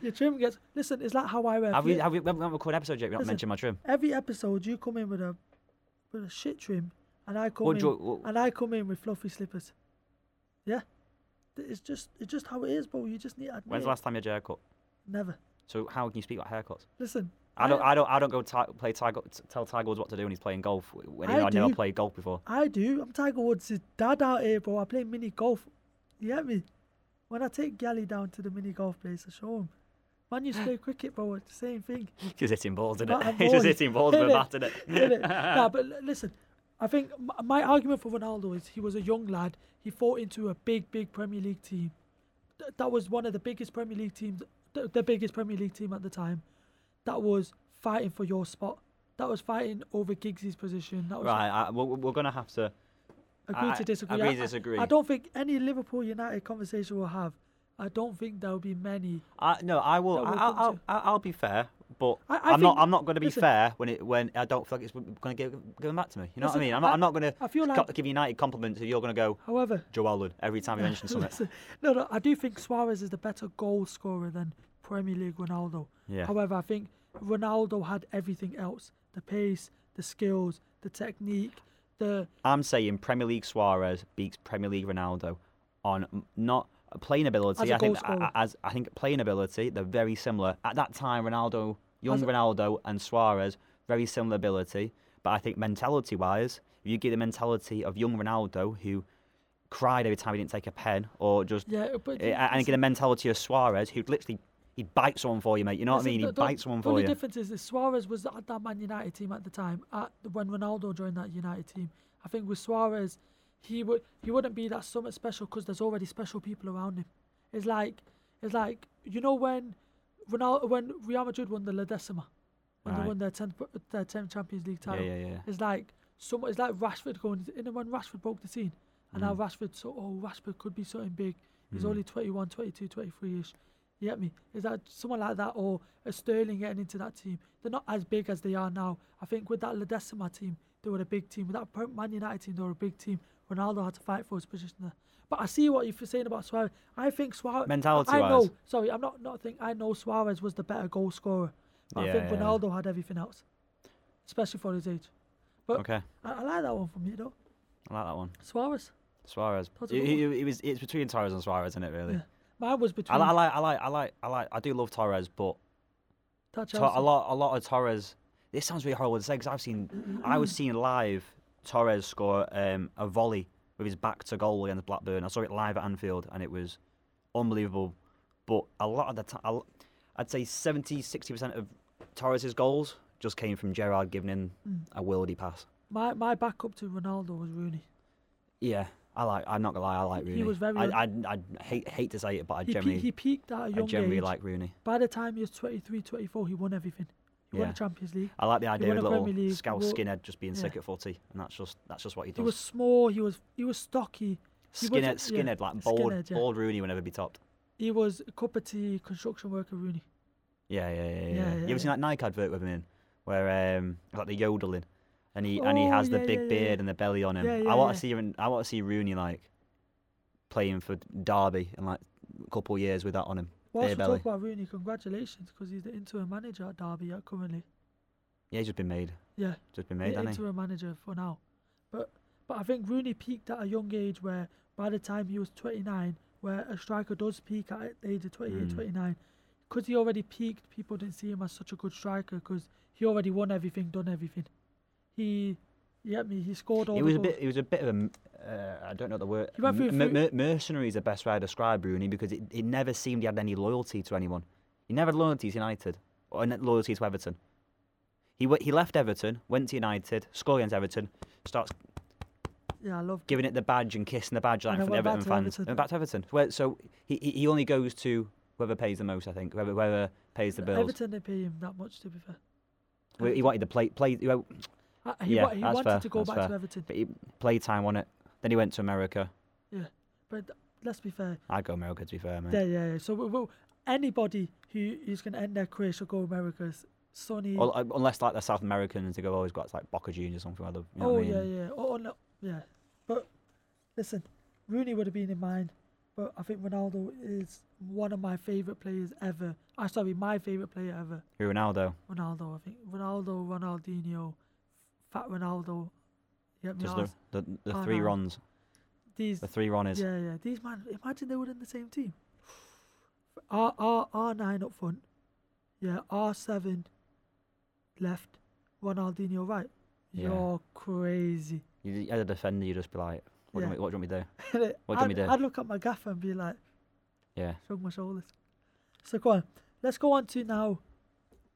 B: your trim gets. Listen, it's like how I wear.
C: have we,
B: fit.
C: have we, we haven't recorded an episode yet. We've not
B: Listen,
C: mentioned my trim.
B: Every episode you come in with a with a shit trim, and I come
C: What
B: in
C: do you- what-
B: and I come in with fluffy slippers. Yeah, it's just it's just how it is, bro. You just need to admit.
C: When's
B: it.
C: the last time you had a haircut?
B: Never.
C: So how can you speak about haircuts?
B: Listen.
C: I don't, I don't, I don't go ti play Tiger, t- tell Tiger Woods what to do when he's playing golf. w- When he,
B: I
C: I, never
B: do.
C: played golf before.
B: I do. I'm Tiger Woods' dad out here, bro. I play mini golf. You get me? When I take Gally down to the mini golf place, I show him. Man, you play cricket, bro. It's the same thing.
C: He's hitting balls, isn't
B: Bat
C: it?
B: and
C: He's just
B: ball.
C: hitting balls with a
B: Hit
C: bat, isn't
B: Get
C: it?
B: it? nah, but l- listen, I think m- my argument for Ronaldo is he was a young lad. He fought into a big, big Premier League team. Th- that was one of the biggest Premier League teams, th- the biggest Premier League team at the time. That was fighting for your spot. That was fighting over Giggsy's position. That was
C: Right, I, we're, we're going to have to.
B: Agree
C: I-
B: to disagree.
C: agree
B: I-
C: to
B: I-
C: disagree.
B: I, don't think any Liverpool United conversation will have I don't think there'll be many.
C: I, no, I will.
B: That
C: I,
B: will
C: I'll,
B: come
C: I'll,
B: to-
C: I'll I'll be fair, but
B: I-
C: I,
B: I
C: am not.
B: think-
C: I'm not going to be
B: listen.
C: fair when it when I don't feel like it's going to give given back to me. You know
B: Listen,
C: what I mean? I'm not.
B: I-
C: I, am not going
B: I feel
C: to
B: like-
C: give United compliments if you're going to go
B: However,
C: Joe Allen every time you mention something.
B: listen, no, no, I do think Suarez is the better goal scorer than Premier League Ronaldo.
C: Yeah.
B: However, I think Ronaldo had everything else: the pace, the skills, the technique, the
C: I'm saying Premier League Suarez beats Premier League Ronaldo on m- not playing ability.
B: As a
C: I think
B: goal scorer.
C: a- as I think playing ability, they're very similar. At that time, Ronaldo, young Ronaldo, and Suarez, very similar ability. But I think mentality wise, if you get the mentality of young Ronaldo who cried every time he didn't take a pen or just
B: yeah. But
C: eh, and you get the mentality of Suarez who literally he bites someone for you, mate. You know what I
B: Listen,
C: mean?
B: the-
C: He
B: the-
C: bites someone
B: The
C: for
B: only
C: you.
B: difference is, is Suarez was at that Man United team at the time. At when Ronaldo joined that United team, I think with Suarez, he would he wouldn't be that somewhat special because there's already special people around him. It's like it's like you know when Ronaldo when Real Madrid won the La Decima, when they
C: Right.
B: won their tenth their tenth Champions League
C: Yeah,
B: title.
C: yeah, yeah.
B: It's like some. It's like Rashford going in and when Rashford broke the scene, and
C: Mm.
B: now Rashford. So oh, Rashford could be something big. He's only 21, 22, 23 ish. You get me? Is that someone like that or a Sterling getting into that team? They're not as big as they are now. I think with that La Decima team, they were a big team. With that Per- Man United team, they were a big team. Ronaldo had to fight for his position there. But I see what you're saying about Suarez. I think Suarez. I
C: Mentality-wise.
B: know. Sorry, I'm not not think. I know Suarez was the better goal scorer, but I
C: Yeah,
B: think
C: yeah.
B: Ronaldo had everything else, especially for his age. But
C: Okay,
B: I, I like that one from you though.
C: I like that one.
B: Suarez.
C: Suarez.
B: That's a
C: It,
B: good one.
C: it- it was. It's between Suarez and Suarez, isn't it? Really.
B: Yeah. Mine was
C: I,
B: between
C: li- I like, I like, I like, I like, I do love Torres, but
B: that
C: to-
B: Chelsea.
C: a lot, a lot of Torres. This sounds really horrible to say because I've seen, I was seeing live Torres score um, a volley with his back to goal against Blackburn. I saw it live at Anfield and it was unbelievable. But a lot of the time, I'd say 70, 60 percent of Torres's goals just came from Gerard giving him
B: Mm.
C: a worldy pass.
B: My my backup to Ronaldo was Rooney.
C: Yeah, I like. I'm not gonna lie, I like
B: He-
C: Rooney.
B: he was very
C: I, I, I hate hate to say it, but I
B: He, pe-
C: generally,
B: he peaked at a
C: I
B: young
C: generally
B: age.
C: like Rooney.
B: By the time he was 23, 24, he won everything. He won
C: Yeah.
B: the Champions League.
C: I like the idea
B: won
C: of
B: a
C: little
B: Premier League,
C: scouse
B: wo-
C: skinhead just being
B: yeah.
C: sick at forty, and that's just that's just what he
B: He
C: does.
B: was small. He was he was stocky. he was-
C: skinhead,
B: yeah,
C: skinhead, like bald,
B: skinhead, yeah.
C: bald Rooney would never be topped.
B: He was a cup of tea construction worker Rooney.
C: Yeah, yeah, yeah, yeah.
B: Yeah,
C: you
B: yeah,
C: ever seen that Nike advert with him in, where um, like the yodeling, and he and he
B: Oh,
C: has the
B: yeah,
C: big
B: yeah, yeah,
C: beard
B: yeah.
C: and the belly on him.
B: Yeah, yeah,
C: I want
B: yeah.
C: to see him. I want to see Rooney like playing for Derby in like a couple of years with that on him.
B: Whilst
C: Beer
B: we
C: belly.
B: talk about Rooney, congratulations because he's the interim manager at Derby yeah, currently.
C: Yeah, he's just been made.
B: Yeah,
C: Just been made,
B: the
C: hasn't he?
B: interim manager for now. But but I think Rooney peaked at a young age where by the time he was 29, where a striker does peak at the age of 28,
C: Hmm.
B: 29, because he already peaked, people didn't see him as such a good striker because he already won everything, done everything. He, you get me? He scored all
C: It
B: the
C: was a
B: goals.
C: bit. It was a bit of a. m- Uh, I don't know the word.
B: He went through
C: M- m-
B: three-
C: mer- mercenary is the best way I describe Rooney because it, it never seemed he had any loyalty to anyone. He never had loyalty to United or n- loyalty to Everton. He w- he left Everton, went to United, scored against Everton, starts
B: yeah, I love
C: giving it the badge and kissing the badge like
B: And
C: in
B: then
C: front
B: went back
C: of Everton
B: to
C: fans.
B: Everton.
C: And went back to Everton. Where, so he he he only goes to whoever pays the most, I think. Whoever whoever pays the bills.
B: Everton didn't pay him that much, to be fair.
C: Well, He wanted to play play. He, went-
B: Uh, he,
C: Yeah,
B: wa- he
C: that's
B: wanted
C: fair,
B: to go
C: that's
B: back to
C: fair.
B: Everton,
C: he play time on it. Then he went to America.
B: but th- let's be fair.
C: I'd go America to be fair, man.
B: Yeah, yeah. yeah. So we, we, anybody who who's going to end their career should go America's. Sonny.
C: Or, uh, unless like the South Americans, they've always got like Boca Juniors or something. Like that, you know
B: oh
C: what I mean?
B: yeah, yeah. Oh no, yeah. But listen, Rooney would have been in mind, but I think Ronaldo is one of my favorite players ever. I sorry, my favorite player ever.
C: Who, Ronaldo,
B: Ronaldo. I think Ronaldo, Ronaldinho, Fat Ronaldo. Yeah,
C: just the the, the
B: Oh,
C: three
B: no.
C: Rons,
B: these.
C: the three Ronnies.
B: Yeah, yeah. These man, imagine they were in the same team. R R R nine up front. Yeah, R seven left. Ronaldinho right.
C: Yeah.
B: You're crazy.
C: You, as a defender, you'd just be like, what,
B: Yeah.
C: do, you, want me- what do you want me to do? What do you want
B: I'd,
C: me to do?
B: I'd look at my gaffer and be like,
C: Yeah.
B: shrug my shoulders. So go on. Let's go on to now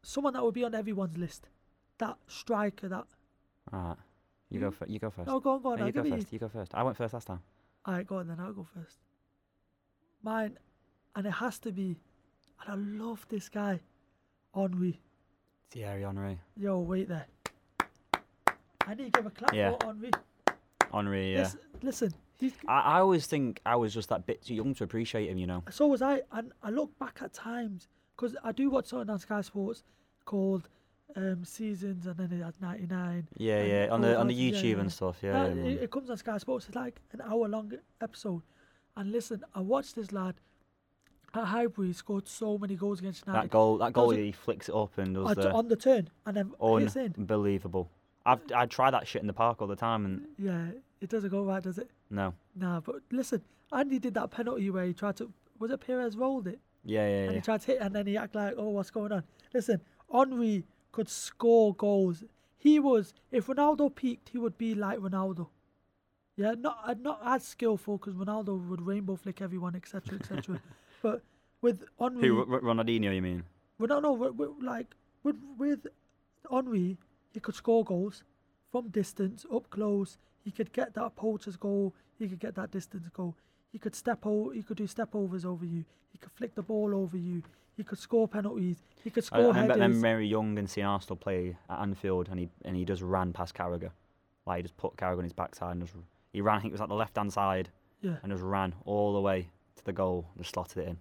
B: someone that will be on everyone's list. That striker that
C: All right. You go. Fir- you go first.
B: No go on, go on, Mm. Oh, I'll
C: No, you go
B: give it you.
C: first. You go first. I went first last time.
B: Alright, go on then, I'll go first. Mine and it has to be and I love this guy, Henri.
C: Thierry Henry.
B: Yo, wait there. I need to give a clap
C: Yeah.
B: for Henri.
C: Henri, yeah.
B: This- listen, these,
C: I, I always think I was just that bit too young to appreciate him, you know.
B: so was I, and I look back at times because I do watch something on Sky Sports called um, Seasons, and then it had 99.
C: Yeah,
B: and
C: yeah. On
B: all
C: the on the
B: kinds of-
C: YouTube
B: yeah, yeah.
C: and stuff, yeah.
B: No,
C: yeah, man.
B: it, it comes on Sky Sports. It's like an hour long episode. And listen, I watched this lad at Highbury. He scored so many goals against
C: that
B: United
C: goal that goal
B: doesn't-
C: he flicks it up and does
B: on,
C: the Oh,
B: on the turn, and then hits in.
C: unbelievable. I've I try that shit in the park all the time and
B: Yeah, it doesn't go right, does it?
C: no.
B: Nah, but listen, Andy did that penalty where he tried to. Was it Perez rolled it?
C: Yeah, yeah,
B: And
C: yeah.
B: he tried to hit, and then he acted like, "Oh, what's going on?" Listen, Henri could score goals. He was, if Ronaldo peaked, he would be like Ronaldo. Yeah, not uh, not as skillful because Ronaldo would rainbow flick everyone, etc., etc. but with Henri,
C: Who R- R- Ronaldinho you mean?
B: Ronaldo, with, with, like with with Henri, he could score goals from distance, up close. He could get that poacher's goal. He could get that distance goal. He could step over. He could do step overs over you. He could flick the ball over you. He could score penalties. He could
C: I, I
B: score
C: remember, I
B: headers.
C: remember Mary Young and seeing Arsenal play at Anfield and he and he just ran past Carragher. Like he just put Carragher on his backside and just he ran I think it was like the left hand side
B: yeah,
C: and just ran all the way to the goal and just slotted it in.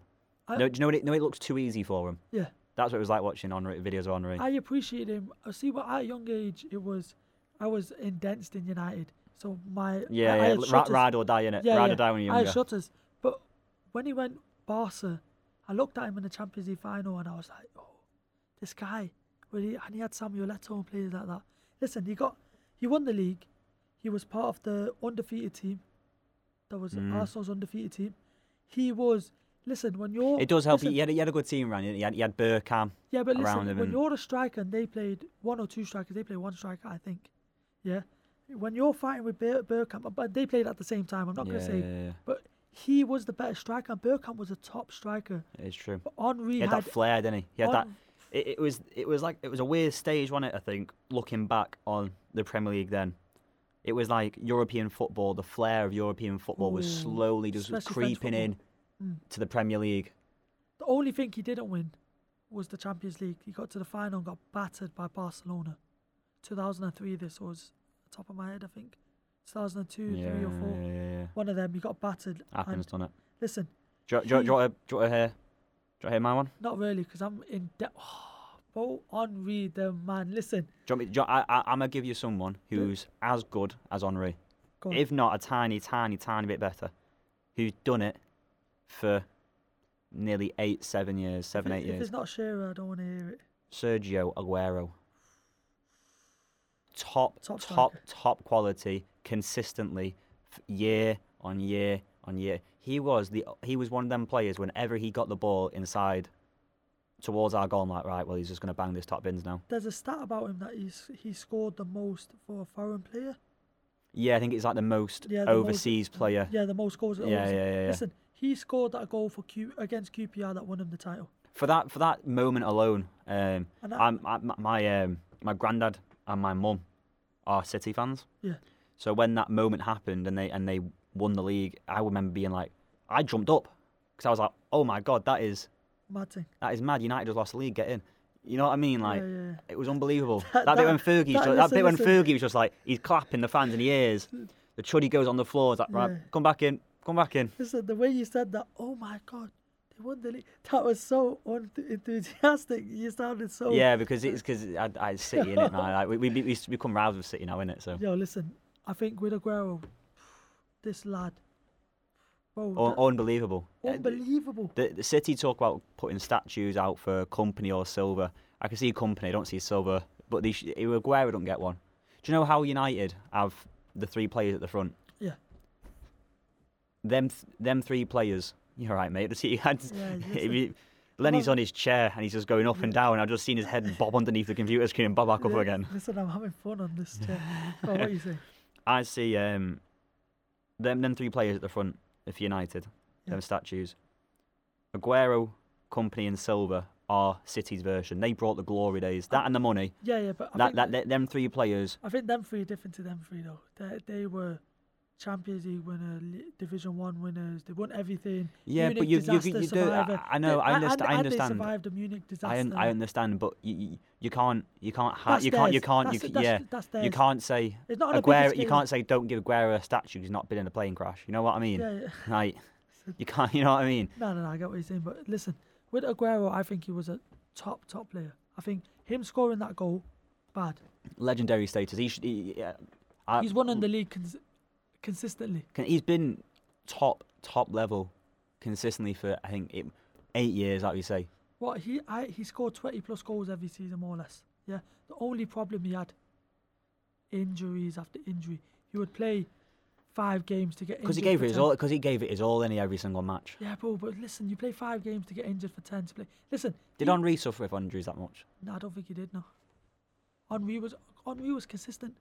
B: I-
C: no, do you know what it, no, it looks too easy for him.
B: yeah.
C: That's what it was like watching Henri, videos of Henri.
B: I appreciate him. I see, what at a young age it was, I was indensed in United. So my
C: yeah,
B: I, I
C: yeah.
B: had
C: l- ri-
B: shutters-
C: ride or die in it.
B: Yeah,
C: ride
B: yeah.
C: or die when you're
B: I
C: younger.
B: had shutters. But when he went Barca, I looked at him in the Champions League final and I was like, oh, this guy. Well, he, and he had Samuel Eto'o and players like that. Listen, he got, he won the league. He was part of the undefeated team. That was
C: Mm.
B: Arsenal's undefeated team. He was. Listen, when you're
C: It does help.
B: listen,
C: He had, a- he had a good team, Ryan. He had, he had Burkham.
B: yeah, but
C: around
B: listen,
C: him
B: when
C: and-
B: you're a striker and they played one or two strikers, they play one striker, I think. Yeah. When you're fighting with Bur- Burkham, but they played at the same time, I'm not going to
C: Yeah,
B: say.
C: yeah, yeah.
B: But he was the better striker. and Burkham was a top striker.
C: It's true.
B: But Henri
C: He had that flair, didn't he? He had that.
B: on-
C: It, it was it was like it was a weird stage, wasn't it? I think looking back on the Premier League then, it was like European football. The flair of European football was
B: Ooh,
C: slowly just
B: especially French Mm.
C: creeping in to the Premier League.
B: the only thing he didn't win was the Champions League. He got to the final and got battered by Barcelona. 2003, this was top of my head, I think. 2002,
C: yeah,
B: three or four.
C: yeah, yeah, yeah.
B: One of them, he got battered.
C: Happens,
B: And
C: done it.
B: listen,
C: Do you, do, you, do, you,
B: he-
C: want to- do you want to hear? Do you want to hear my one?
B: Not really, because I'm in debt. Oh, Bo Henri, the man. Listen,
C: Do you want me, do you, I, I, I'm gonna give you someone who's as good as Henri.
B: go on.
C: if not a tiny, tiny, tiny bit better, who's done it for nearly eight, seven years, seven,
B: if,
C: eight
B: it- If
C: years.
B: it's not Shearer, I don't want to hear it.
C: Sergio Aguero. Top,
B: Top
C: top,
B: striker.
C: top, quality, consistently, f- year on year on year. He was the he was one of them players. Whenever he got the ball inside, towards our goal, I'm like right, well he's just gonna bang this top bins now.
B: There's a stat about him that he's he scored the most for a foreign player.
C: Yeah, I think it's like the most
B: Yeah, the most-
C: overseas player.
B: Yeah, the most goals. that
C: Yeah,
B: overseas-
C: yeah, yeah, yeah.
B: Listen, he scored that goal for Q against QPR that won him the title.
C: for that for that moment alone, um,
B: And that-
C: I'm, I, my um, my granddad and my mum are City fans.
B: Yeah,
C: So when that moment happened and they and they won the league, I remember being like, I jumped up because I was like, oh my god, that is
B: mad thing.
C: that is mad. United just lost the league, get in. You know what I mean? Like
B: yeah, yeah.
C: it was unbelievable.
B: That-
C: That, bit
B: that-
C: when Fergie,
B: that-
C: that, that
B: listen,
C: bit when
B: listen.
C: Fergie was just like he's clapping the fans in the ears. The chuddy goes on the floor. It's like right,
B: Yeah.
C: come back in, come back in.
B: Listen, the way you said that. Oh my God, they won the league. That was so unth- enthusiastic. You sounded so.
C: Yeah, because it's because I, I it's City in it now. Like, we, we we we become roused with City now, in it. So
B: Yo, listen, I think with Aguero, this lad, bro,
C: Un-
B: that-
C: unbelievable. Uh,
B: unbelievable.
C: The, the city talk about putting statues out for company or silver. I can see company, I don't see silver, but they sh- Aguero don't get one. Do you know how United have the three players at the front?
B: Yeah.
C: Them, th- them three players. You're right, mate. Just, he had,
B: Yeah,
C: if
B: listen.
C: you- Lenny's on his chair and he's just going up and down. I've just seen his head bob underneath the computer screen and bob back up
B: Yeah,
C: again.
B: Listen, I'm having fun on this chair. oh, what you say?
C: I see um, them them three players at the front of United,
B: Yeah.
C: them statues. Aguero, Company, and Silva are City's version. They brought the glory days, that and the money.
B: Yeah, yeah, but I
C: that,
B: think
C: that, that them three players.
B: I think them three are different to them three though. They they were Champions League winner, Li- Division One winners. They won everything.
C: Yeah,
B: Munich
C: but you- you-
B: disaster,
C: you do-
B: survivor.
C: I- I know,
B: They-
C: I
B: and-
C: underst- I
B: and
C: understand.
B: They survived the Munich disaster.
C: I, un- I understand, but you, you, you can't you can't ha-
B: That's
C: you can't you
B: theirs.
C: can't you,
B: That's-
C: c-
B: that's-
C: yeah
B: that's
C: you
B: theirs.
C: can't say
B: It's not on a bigger
C: Aguero you
B: scale.
C: can't say don't give Aguero a statue he's not been in a plane crash. You know what I mean?
B: Yeah, yeah.
C: Like you can't you know what I mean?
B: No, no, no, I get what you're saying, but listen, with Aguero, I think he was a top, top player. I think him scoring that goal, bad.
C: Legendary status. He should. He, yeah, I,
B: He's won in the league cons- consistently.
C: can- he's been top top level consistently for I think it, eight years, like you say.
B: What he I, he scored 20 plus goals every season, more or less. Yeah, the only problem he had injuries after injury. He would play five games to get
C: Because he
B: injured
C: gave
B: for
C: it his
B: 10.
C: all. Because he gave it his all in every single match.
B: Yeah, bro, but listen, you play five games to get injured for 10 to play. Listen,
C: Did
B: he-
C: Henri suffer with injuries that much?
B: No, I don't think he did. No, Henri was Henri was consistent.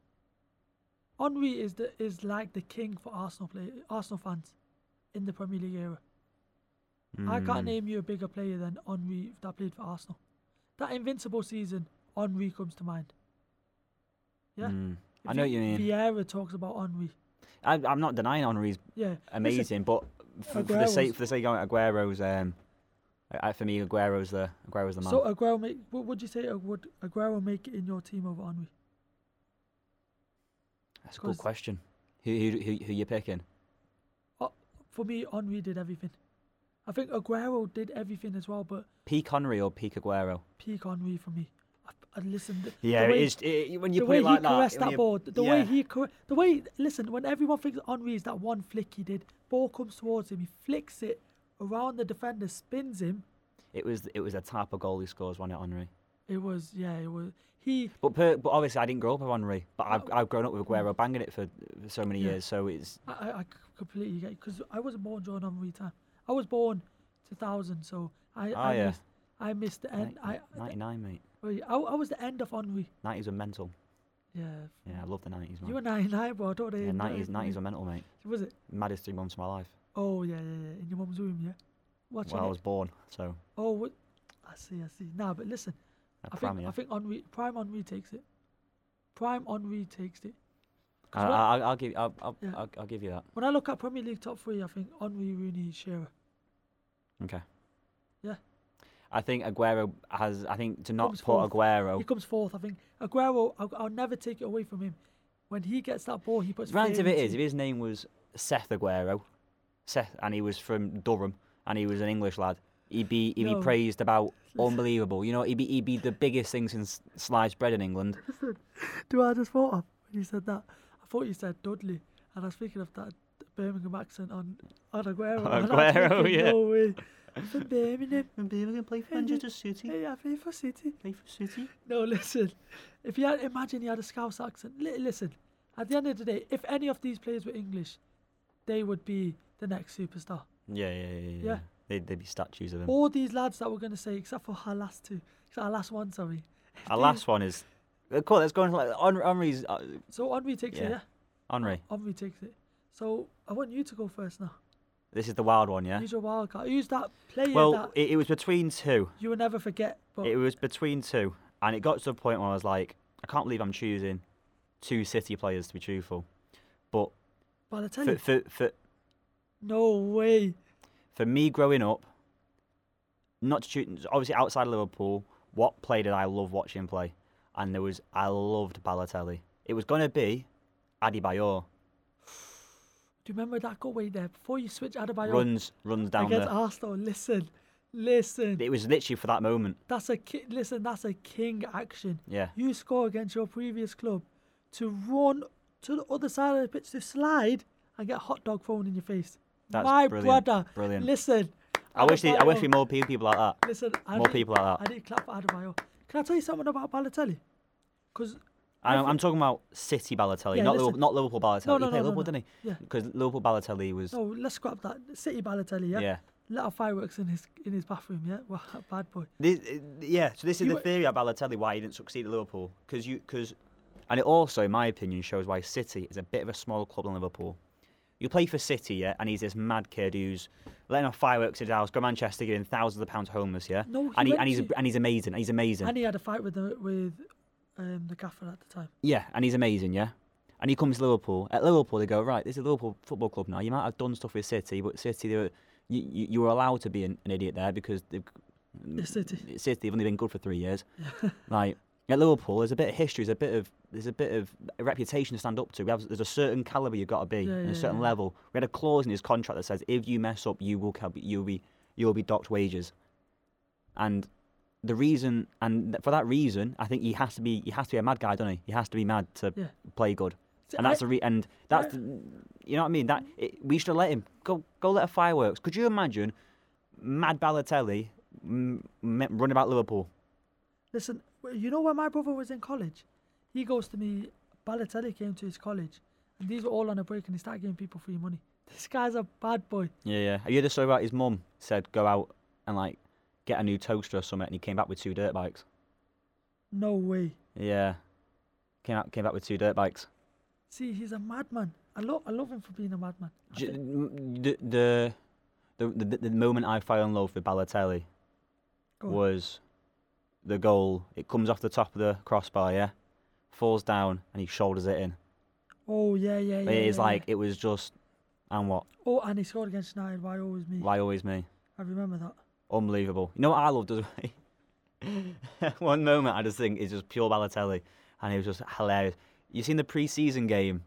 B: Henri is the is like the king for Arsenal play Arsenal fans in the Premier League era. I
C: Mm.
B: can't
C: Hmm.
B: name you a bigger player than Henri that played for Arsenal. That invincible season, Henri comes to mind. Yeah,
C: Mm.
B: If
C: I know what you mean.
B: Vieira talks about Henri.
C: I, I'm not denying Henri's
B: Yeah,
C: amazing,
B: Listen,
C: but for, for the
B: Aguero's-
C: sake for the sake of Aguero's, um, I, I- for me Aguero's the Aguero's the man.
B: so uh, Aguero make what would you say? uh, Would Aguero make it in your team over Henri?
C: That's a good
B: 'cause-
C: question. Who who who, who you picking?
B: Uh, for me, Henri did everything. I think Aguero did everything as well, but
C: Peak Henri or peak Aguero?
B: peak Henri for me. I, I listened. The,
C: Yeah,
B: the way,
C: it is. It, when you
B: the
C: put
B: way
C: it like
B: he
C: that,
B: caressed
C: when
B: that
C: you-
B: ball, the way
C: yeah.
B: he corre- the way listen when everyone thinks Henri is that one flick he did, ball comes towards him, he flicks it around the defender, spins him.
C: it was it was a type of goal he scores when it Henri.
B: It was yeah, it was he.
C: But per, but obviously I didn't grow up with Henri, but I've I've grown up with Aguero banging it for, for so many
B: Oh. Yeah.
C: years, so it's
B: I, I, I c- completely get because I wasn't born during Henri time. I was born 2000, so I
C: Ah,
B: I,
C: yeah.
B: missed, I missed the end. I,
C: ninety nine, mate.
B: I I was the end of Henri.
C: Nineties were mental.
B: Yeah,
C: Yeah, I love the nineties, man.
B: you were 99, bro. I don't know.
C: yeah, nineties nineties were mental, mate.
B: Was it?
C: Maddest three months of my life.
B: Oh yeah, yeah, yeah. In your mum's room, yeah. Watching
C: Well, I
B: it.
C: was born, so
B: Oh, what? I see, I see. Nah, but listen,
C: a
B: I
C: pram,
B: think
C: yeah.
B: I think Henri, Prime Henri takes it. Prime Henri takes it.
C: I,
B: 'Cause when,
C: I, I'll- I'll give I'll, I'll,
B: Yeah.
C: I'll, I'll give you that.
B: when I look at Premier League top three, I think Henri, Rooney, Shearer.
C: Okay.
B: Yeah.
C: I think Aguero has. I think to not
B: Comes
C: put
B: fourth.
C: Aguero.
B: He comes fourth, I think. Aguero, I'll, I'll never take it away from him. When he gets that ball, he puts.
C: Rant of
B: fear
C: it is,
B: into
C: if his name was Seth Aguero, Seth, and he was from Durham, and he was an English lad, he'd be he'd
B: No.
C: be praised about unbelievable. You know, he'd be he'd be the biggest thing since sliced bread in England.
B: Do I just thought of when you said that? I thought you said Dudley, and I was thinking of that Birmingham accent on on Aguero. and I was
C: Aguero,
B: thinking,
C: yeah.
B: No way. I'm From Birmingham.
C: And people can play for
B: Manchester
C: City.
B: Hey, I play for City.
C: Play for City.
B: No, listen. If you had, imagine he had a Scouse accent. Li- listen, at the end of the day, if any of these players were English, they would be the next superstar.
C: Yeah, yeah, yeah, yeah.
B: Yeah.
C: yeah. They'd, they'd be statues of him.
B: All these lads that we're going to say, except for our last two, except our last one, sorry.
C: Our last one is uh, cool. Let's go on. Like, Henri, Henri's, uh,
B: So Henri takes it,
C: Yeah.
B: yeah?
C: Henri.
B: Henri takes it. So I want you to go first now.
C: This is the wild one, yeah.
B: Who's your wild card? Who's that player
C: Well,
B: that
C: it, it was between two.
B: you will never forget? But
C: It was between two, and it got to the point where I was like, I can't believe I'm choosing two City players to be truthful. But for
B: Balotelli?
C: for for,
B: no way.
C: for me growing up, not to choose, obviously outside of Liverpool, what player did I love watching play? And there was I loved Balotelli. It was gonna be Adebayor.
B: Do you remember that goal way there? Before you switch Adebayo
C: Runs runs down
B: against
C: there.
B: Arsenal, listen, listen.
C: It was literally for that moment.
B: That's a ki- listen. That's a king action.
C: Yeah.
B: You score against your previous club to run to the other side of the pitch to slide and get hot dog thrown in your face.
C: That's
B: My
C: brilliant,
B: brother,
C: brilliant.
B: Listen,
C: I wish they, I wish
B: Adebayo,
C: we more people like that.
B: listen. I
C: more
B: need-
C: people like that.
B: I need clap for Adebayo. Can I tell you something about Balotelli? Because
C: I'm, I'm talking about City Balotelli,
B: Yeah,
C: not
B: listen.
C: Liverpool, not Liverpool Balotelli.
B: No,
C: he
B: no,
C: played
B: no, no,
C: Liverpool,
B: no.
C: didn't he?
B: Yeah.
C: Because Liverpool Balotelli was
B: no, let's scrap that. City Balotelli, yeah.
C: yeah.
B: Let our fireworks in his in his bathroom, yeah. Wow, bad boy.
C: This, uh, yeah, so this is
B: You
C: the
B: were-
C: theory of Balotelli why he didn't succeed at Liverpool because you because, and it also, in my opinion, shows why City is a bit of a smaller club than Liverpool. You play for City, yeah, and he's this mad kid who's letting off fireworks at his house, go to Manchester, giving thousands of pounds homeless, yeah.
B: No, he
C: and
B: went
C: and he's
B: to-
C: and he's amazing. And he's amazing.
B: And he had a fight with the with um, the gaffer at the time.
C: yeah, and he's amazing, yeah. And And he comes to Liverpool. At Liverpool, they go right. This is Liverpool Football Club now. You might have done stuff with City, but City, they were, you, you you were allowed to be an, an idiot there because they've Mm,
B: It's City.
C: City have only been good for three years. like at Liverpool, there's a bit of history, there's a bit of there's a bit of a reputation to stand up to. We have, there's a certain caliber you've got to be,
B: Yeah,
C: and
B: yeah,
C: a certain
B: yeah.
C: level. We had a clause in his contract that says if you mess up, you will cal- you'll be you'll be docked wages. And the reason, and th- for that reason, I think he has to be he has to be a mad guy, doesn't he? He has to be mad to
B: Yeah.
C: play good.
B: See,
C: And
B: I-
C: that's the re- and that's the, you know what I mean. That it, we should have let him go. Go let a fireworks. Could you imagine Mad Balotelli m- m- running about Liverpool?
B: Listen, w- you know when my brother was in college, he goes to me. Balotelli came to his college, and these were all on a break, and he started giving people free money. This guy's a bad boy.
C: Yeah, yeah. Have you heard the story about his mum said go out and like get a new toaster or something, and he came back with two dirt bikes.
B: No way.
C: Yeah, came out came back with two dirt bikes.
B: See, he's a madman. I love, I love him for being a madman. I
C: J-
B: think-
C: m- The, the the the the moment I fell in love with Balotelli
B: Go on.
C: was the goal. It comes off the top of the crossbar, yeah, falls down, and he shoulders it in.
B: Oh yeah, yeah, yeah.
C: It is
B: yeah,
C: like
B: yeah.
C: it was just and what?
B: Oh, and he scored against United. Why always me?
C: Why always me?
B: I remember that.
C: Unbelievable. You know what I love does One moment I just think it's just pure Balotelli and it was just hilarious. You seen the pre season game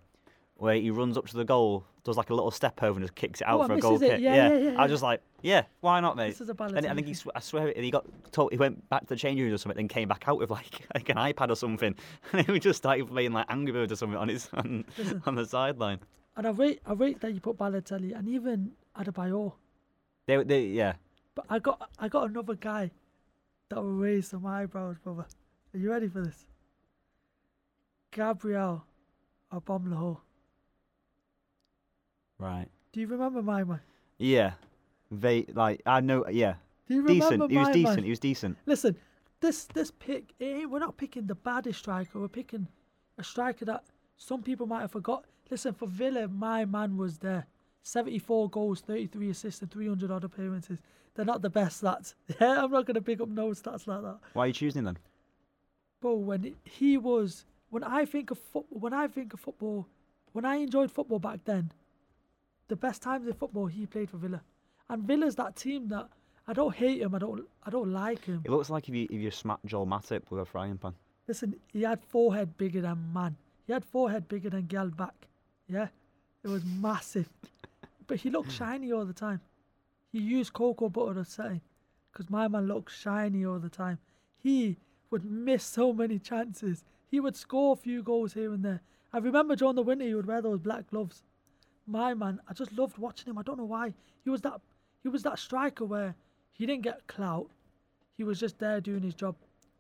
C: where he runs up to the goal, does like a little step over and just kicks it out
B: Oh, and
C: for a goal
B: misses it.
C: kick.
B: Yeah, yeah, yeah,
C: I
B: yeah.
C: was just like, Yeah, why not, mate?
B: This is a
C: and I
B: Balotelli
C: think
B: thing.
C: he sw- I swear it, he got told he went back to the changing room or something, then came back out with like like an iPad or something and he just started playing like Angry Birds or something on his on, on the sideline.
B: And I rate, I rate that you put Balotelli and even Adebayor.
C: They, they yeah.
B: But I got, I got another guy that will raise some eyebrows, brother. Are you ready for this? Gabriel Abomlaho.
C: Right.
B: Do you remember my man?
C: Yeah. They like I know yeah.
B: Do you remember
C: Decent. He was
B: my
C: decent.
B: man?
C: He was decent.
B: Listen, this this pick, it ain't, we're not picking the baddest striker. We're picking a striker that some people might have forgot. Listen, for Villa, my man was there. 74 goals, 33 assists, and 300 odd appearances. They're not the best stats. Yeah, I'm not going to pick up no stats like that.
C: Why are you choosing them?
B: But when it- he was, when I think of football, when I think of football, when I enjoyed football back then, the best times in football he played for Villa, and Villa's that team that I don't hate him, I don't, I don't like him.
C: It looks like if you if you smack Joel Matip with a frying pan.
B: Listen, he had forehead bigger than man. He had forehead bigger than gal back. Yeah, it was massive. but he looked shiny all the time. He used cocoa butter as setting because my man looked shiny all the time. He would miss so many chances. He would score a few goals here and there. I remember during the winter he would wear those black gloves. My man, I just loved watching him. I don't know why. He was that he was that striker where he didn't get clout. He was just there doing his job.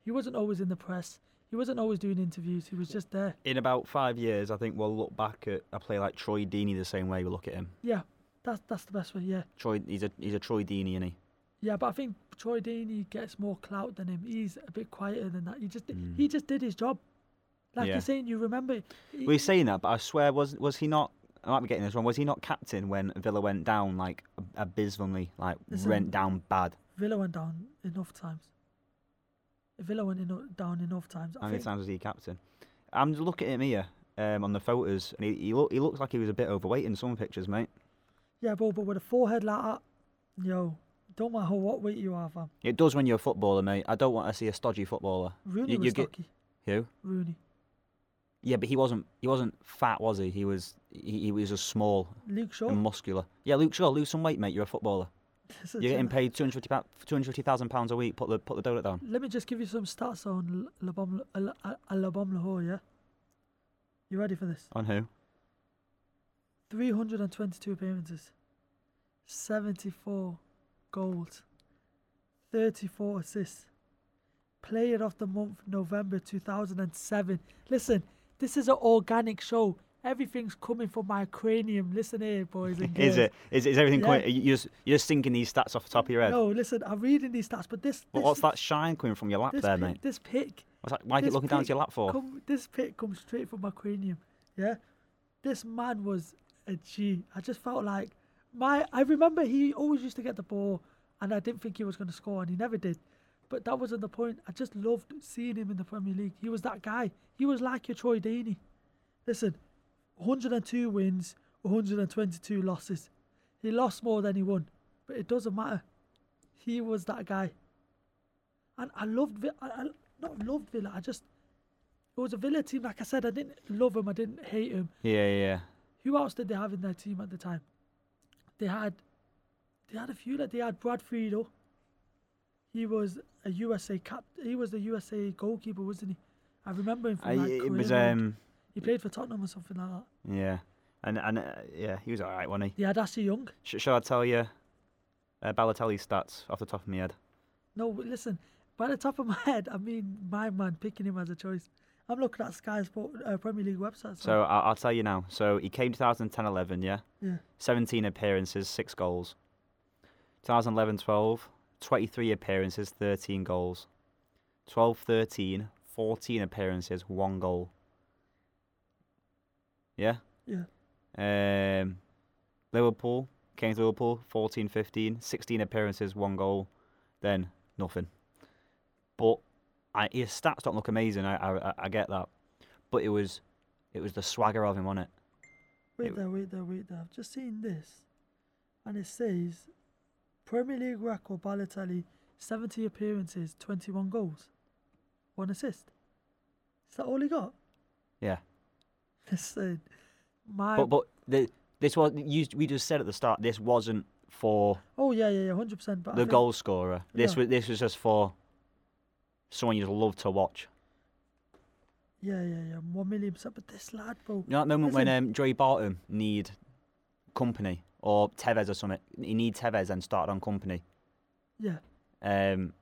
B: He wasn't always in the press. He wasn't always doing interviews. He was just there.
C: In about five years, I think we'll look back at a player like Troy Deeney the same way we look at him.
B: Yeah, that's that's the best way. Yeah,
C: Troy, he's a he's a Troy Deeney, isn't he?
B: yeah. But I think Troy Deeney gets more clout than him. He's a bit quieter than that. He just di- he just did his job. Like
C: Mm. Yeah.
B: you're saying, you remember. it. He-
C: We're saying that, but I swear, was was he not? I might be getting this wrong. Was he not captain when Villa went down like ab- abysmally, like
B: Listen.
C: went down bad?
B: Villa went down enough times. Villa went eno- down enough times.
C: How
B: I
C: many
B: think,
C: times was he captain? I'm just looking at him here um, on the photos, and he he, look, he looks like he was a bit overweight in some pictures, mate.
B: yeah, bro, but with a forehead like that, yo, don't matter what weight you are, fam.
C: It does when you're a footballer, mate. I don't want to see a stodgy footballer.
B: Rooney
C: You-
B: was
C: you get-
B: stocky.
C: Who?
B: Rooney.
C: Yeah, but he wasn't. He wasn't fat, was he? He was. He, he was just small
B: Luke Shaw.
C: and muscular. Yeah, Luke Shaw, lose some weight, mate. You're a footballer.
B: Listen,
C: You're getting
B: listen,
C: paid 250 250,000 pounds a week. Put the put the donut down.
B: Let me just give you some stats on L- Labom L- L- Labom Lahore, yeah? You ready for this?
C: On who?
B: 322 appearances, 74 goals, 34 assists. Player of the month, November 2007. Listen, this is an organic show. Everything's coming from my cranium. Listen here, boys and girls.
C: Is it? Is, is everything?
B: Yeah.
C: Coming, you just you're just thinking these stats off the top of your head.
B: No, listen, I'm reading these stats, but this.
C: But
B: this
C: what's that shine coming from your lap
B: This
C: there,
B: pick,
C: mate?
B: this pick
C: What's that, why are you
B: this
C: looking down to
B: pic
C: your lap for?
B: Come, this pick comes straight from my cranium. Yeah, this man was a G. I just felt like my. I remember he always used to get the ball, and I didn't think he was going to score, and he never did. But that wasn't the point. I just loved seeing him in the Premier League. He was that guy. He was like your Troy Deeney. Listen, 102 wins, 122 losses. He lost more than he won, but it doesn't matter. He was that guy. And I loved, Vi- I, I not loved Villa. I just it was a Villa team. Like I said, I didn't love him. I didn't hate him.
C: Yeah, yeah.
B: Who else did they have in their team at the time? They had, they had a few. Like they had Brad Friedel. He was a USA cap. He was the USA goalkeeper, wasn't he? I remember him
C: I,
B: from that.
C: it was
B: career mode.
C: um
B: he played for Tottenham or something like that.
C: yeah, and and uh, yeah, he was all right, wasn't he?
B: They had Ashley Young.
C: Sh- shall I tell you uh, Balotelli's stats off the top of my head?
B: No, but listen, by the top of my head, I mean my man picking him as a choice. I'm looking at Sky Sport uh, Premier League website.
C: So I- I'll tell you now. So he came 2010 11, yeah?
B: Yeah.
C: 17 appearances, 6 goals. 2011 12, 23 appearances, 13 goals. 12 13, 14 appearances, 1 goal. Yeah?
B: Yeah.
C: Um, Liverpool, came to Liverpool, 14 15, 16 appearances, 1 goal. Then nothing. But I, his stats don't look amazing. I, I, I- I get that. But it was it was the swagger of him on it.
B: wait
C: it-
B: there, wait there, wait there. I've just seen this, and it says Premier League record Balotelli, 70 appearances, 21 goals, one assist. Is that all he got?
C: Yeah.
B: Listen, my
C: But but the, this was you, we just said at the start this wasn't for
B: oh yeah yeah yeah 100. percent But I
C: the
B: think-
C: goal scorer. This
B: Yeah.
C: was this was just for someone you'd love to watch.
B: Yeah yeah yeah one million percent. But this lad, bro.
C: You know that moment when
B: Listen.
C: um, Joey Barton need company or Tevez or something. He need Tevez and started on company.
B: Yeah.
C: Um,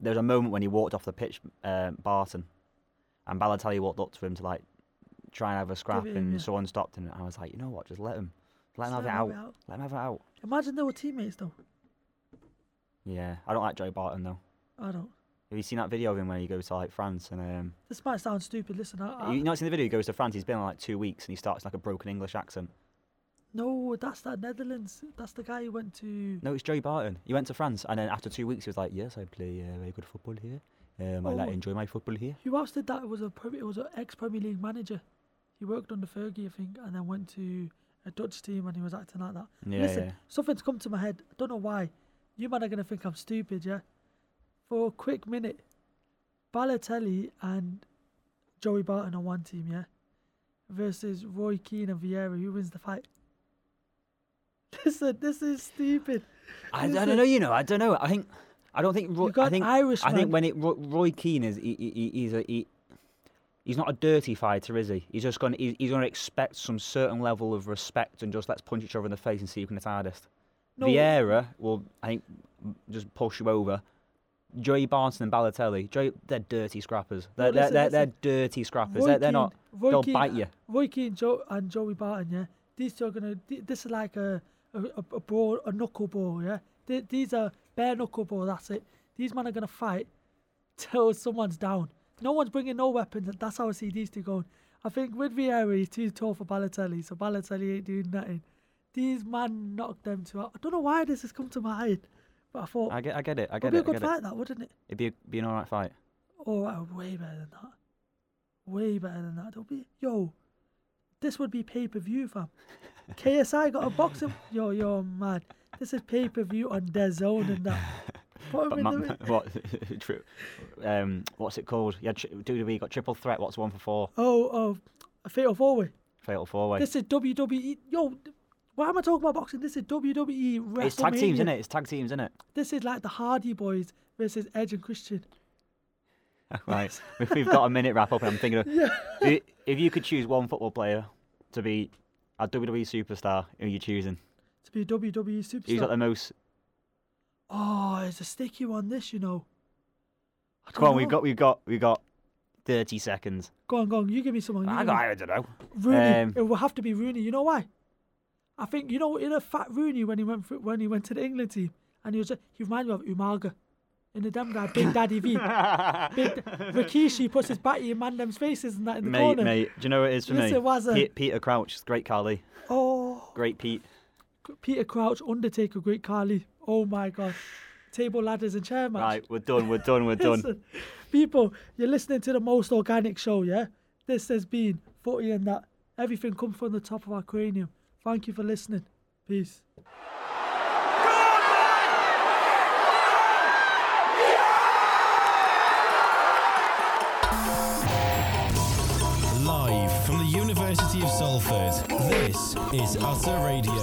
C: there was a moment when he walked off the pitch, um, Barton, and Balotelli walked up to him to like try and have a scrap,
B: it him,
C: and
B: yeah.
C: someone stopped him. And I was like, you know what? Just let him, let him
B: Just
C: have it
B: let him have
C: out.
B: it out.
C: Let him have it out.
B: Imagine they were teammates though.
C: Yeah, I don't like Joey Barton though.
B: I don't.
C: Have you seen that video of him when he goes to like France and um,
B: This might sound stupid. Listen, I, I,
C: you not seen the video? He goes to France. He's been like two weeks and he starts like a broken English accent.
B: no, that's that Netherlands. That's the guy who went to.
C: No, it's Joey Barton. He went to France and then after two weeks he was like, yes, I play uh, very good football here. Um, I like
B: Oh.
C: to enjoy my football here.
B: Who else did that? It was a Prem- it was an ex Premier League manager. He worked under Fergie, I think, and then went to a Dutch team and he was acting like that.
C: Yeah,
B: Listen,
C: yeah.
B: something's come to my head. I don't know why. You man are gonna think I'm stupid, yeah. For a quick minute, Balotelli and Joey Barton on one team, yeah, versus Roy Keane and Vieira. Who wins the fight? Listen, this is stupid.
C: I, I
B: Listen.
C: don't know. You know, I don't know. I think I don't think Roy,
B: You got
C: I think
B: Irish
C: I
B: man.
C: think when it Roy, Roy Keane is he, he, he- he's a he, he's not a dirty fighter, is he? He's just going he's, he's going to expect some certain level of respect and just let's punch each other in the face and see who can hit hardest.
B: No.
C: Vieira will I think m- just push you over. Joey Barton and Balotelli, Joey, they're dirty scrappers. They're,
B: No, listen,
C: they're, they're,
B: listen.
C: they're dirty scrappers.
B: Roy
C: They're,
B: Keane-
C: they're not.
B: Roy
C: they'll
B: Keane-
C: bite you.
B: Roy Keane, Joe, and Joey Barton. Yeah, these two are gonna. th- This is like a a, a, a brawl, a knuckleball. Yeah, Th- these are bare knuckleball. That's it. These men are gonna fight till someone's down. No one's bringing no weapons. and That's how I see these two going. I think with Vieira, he's too tall for Balotelli, so Balotelli ain't doing nothing. These man knocked them two out. I don't know why this has come to my head, but I thought
C: I get, I get it. I
B: it'd
C: get
B: be a
C: it. I
B: good
C: get it.
B: fight, that wouldn't it?
C: It'd be, a, be an alright fight.
B: Oh, uh, way better than that. Way better than that. Don't be, yo, this would be pay per view, fam. KSI got a boxing. Yo, yo, man, this is pay per view on their zone and that. Put 'em
C: But
B: in
C: ma-
B: the ring.
C: what? tri- um, what's it called? Yeah, tri- WWE got triple threat. What's one for four?
B: Oh, oh, a fatal four way.
C: Fatal four way.
B: This is WWE. Yo, th- why am I talking about boxing? This is WWE WrestleMania.
C: It's tag teams, isn't it? It's tag teams, isn't it?
B: This is like the Hardy Boys versus Edge and Christian.
C: Right. We- We've got a minute wrap up, and I'm thinking of i- if you could choose one football player to be a WWE superstar, who are you choosing?
B: To be a WWE superstar.
C: Who's got the most?
B: Oh, it's a sticky one. This, you know. I
C: Come on,
B: don't
C: we've
B: know.
C: got, we've got, we've got. 30 seconds.
B: Go on, go on. You give me someone. you
C: I
B: give
C: got,
B: me-
C: I don't know.
B: Rooney.
C: Um,
B: it will have to be Rooney. You know why? I think you know in a fat Rooney when he went for, when he went to the England team and he was he reminded me of Umaga in the damn guy Big Daddy V. Big, Rikishi puts his batty in man them's faces and that in the
C: Mate,
B: corner.
C: mate, do you know what it is for
B: Yes,
C: me?
B: it was a-
C: Pe- Peter Crouch, great Carly,
B: Oh,
C: great Pete.
B: Peter Crouch, Undertaker, Great Carly. Oh my God, table ladders and chair match.
C: Right, we're done, we're done, we're done.
B: Listen, people, you're listening to the most organic show, yeah? This has been 40 and that. Everything comes from the top of our cranium. Thank you for listening. Peace.
A: Live from the University of Salford, this is Utter Radio.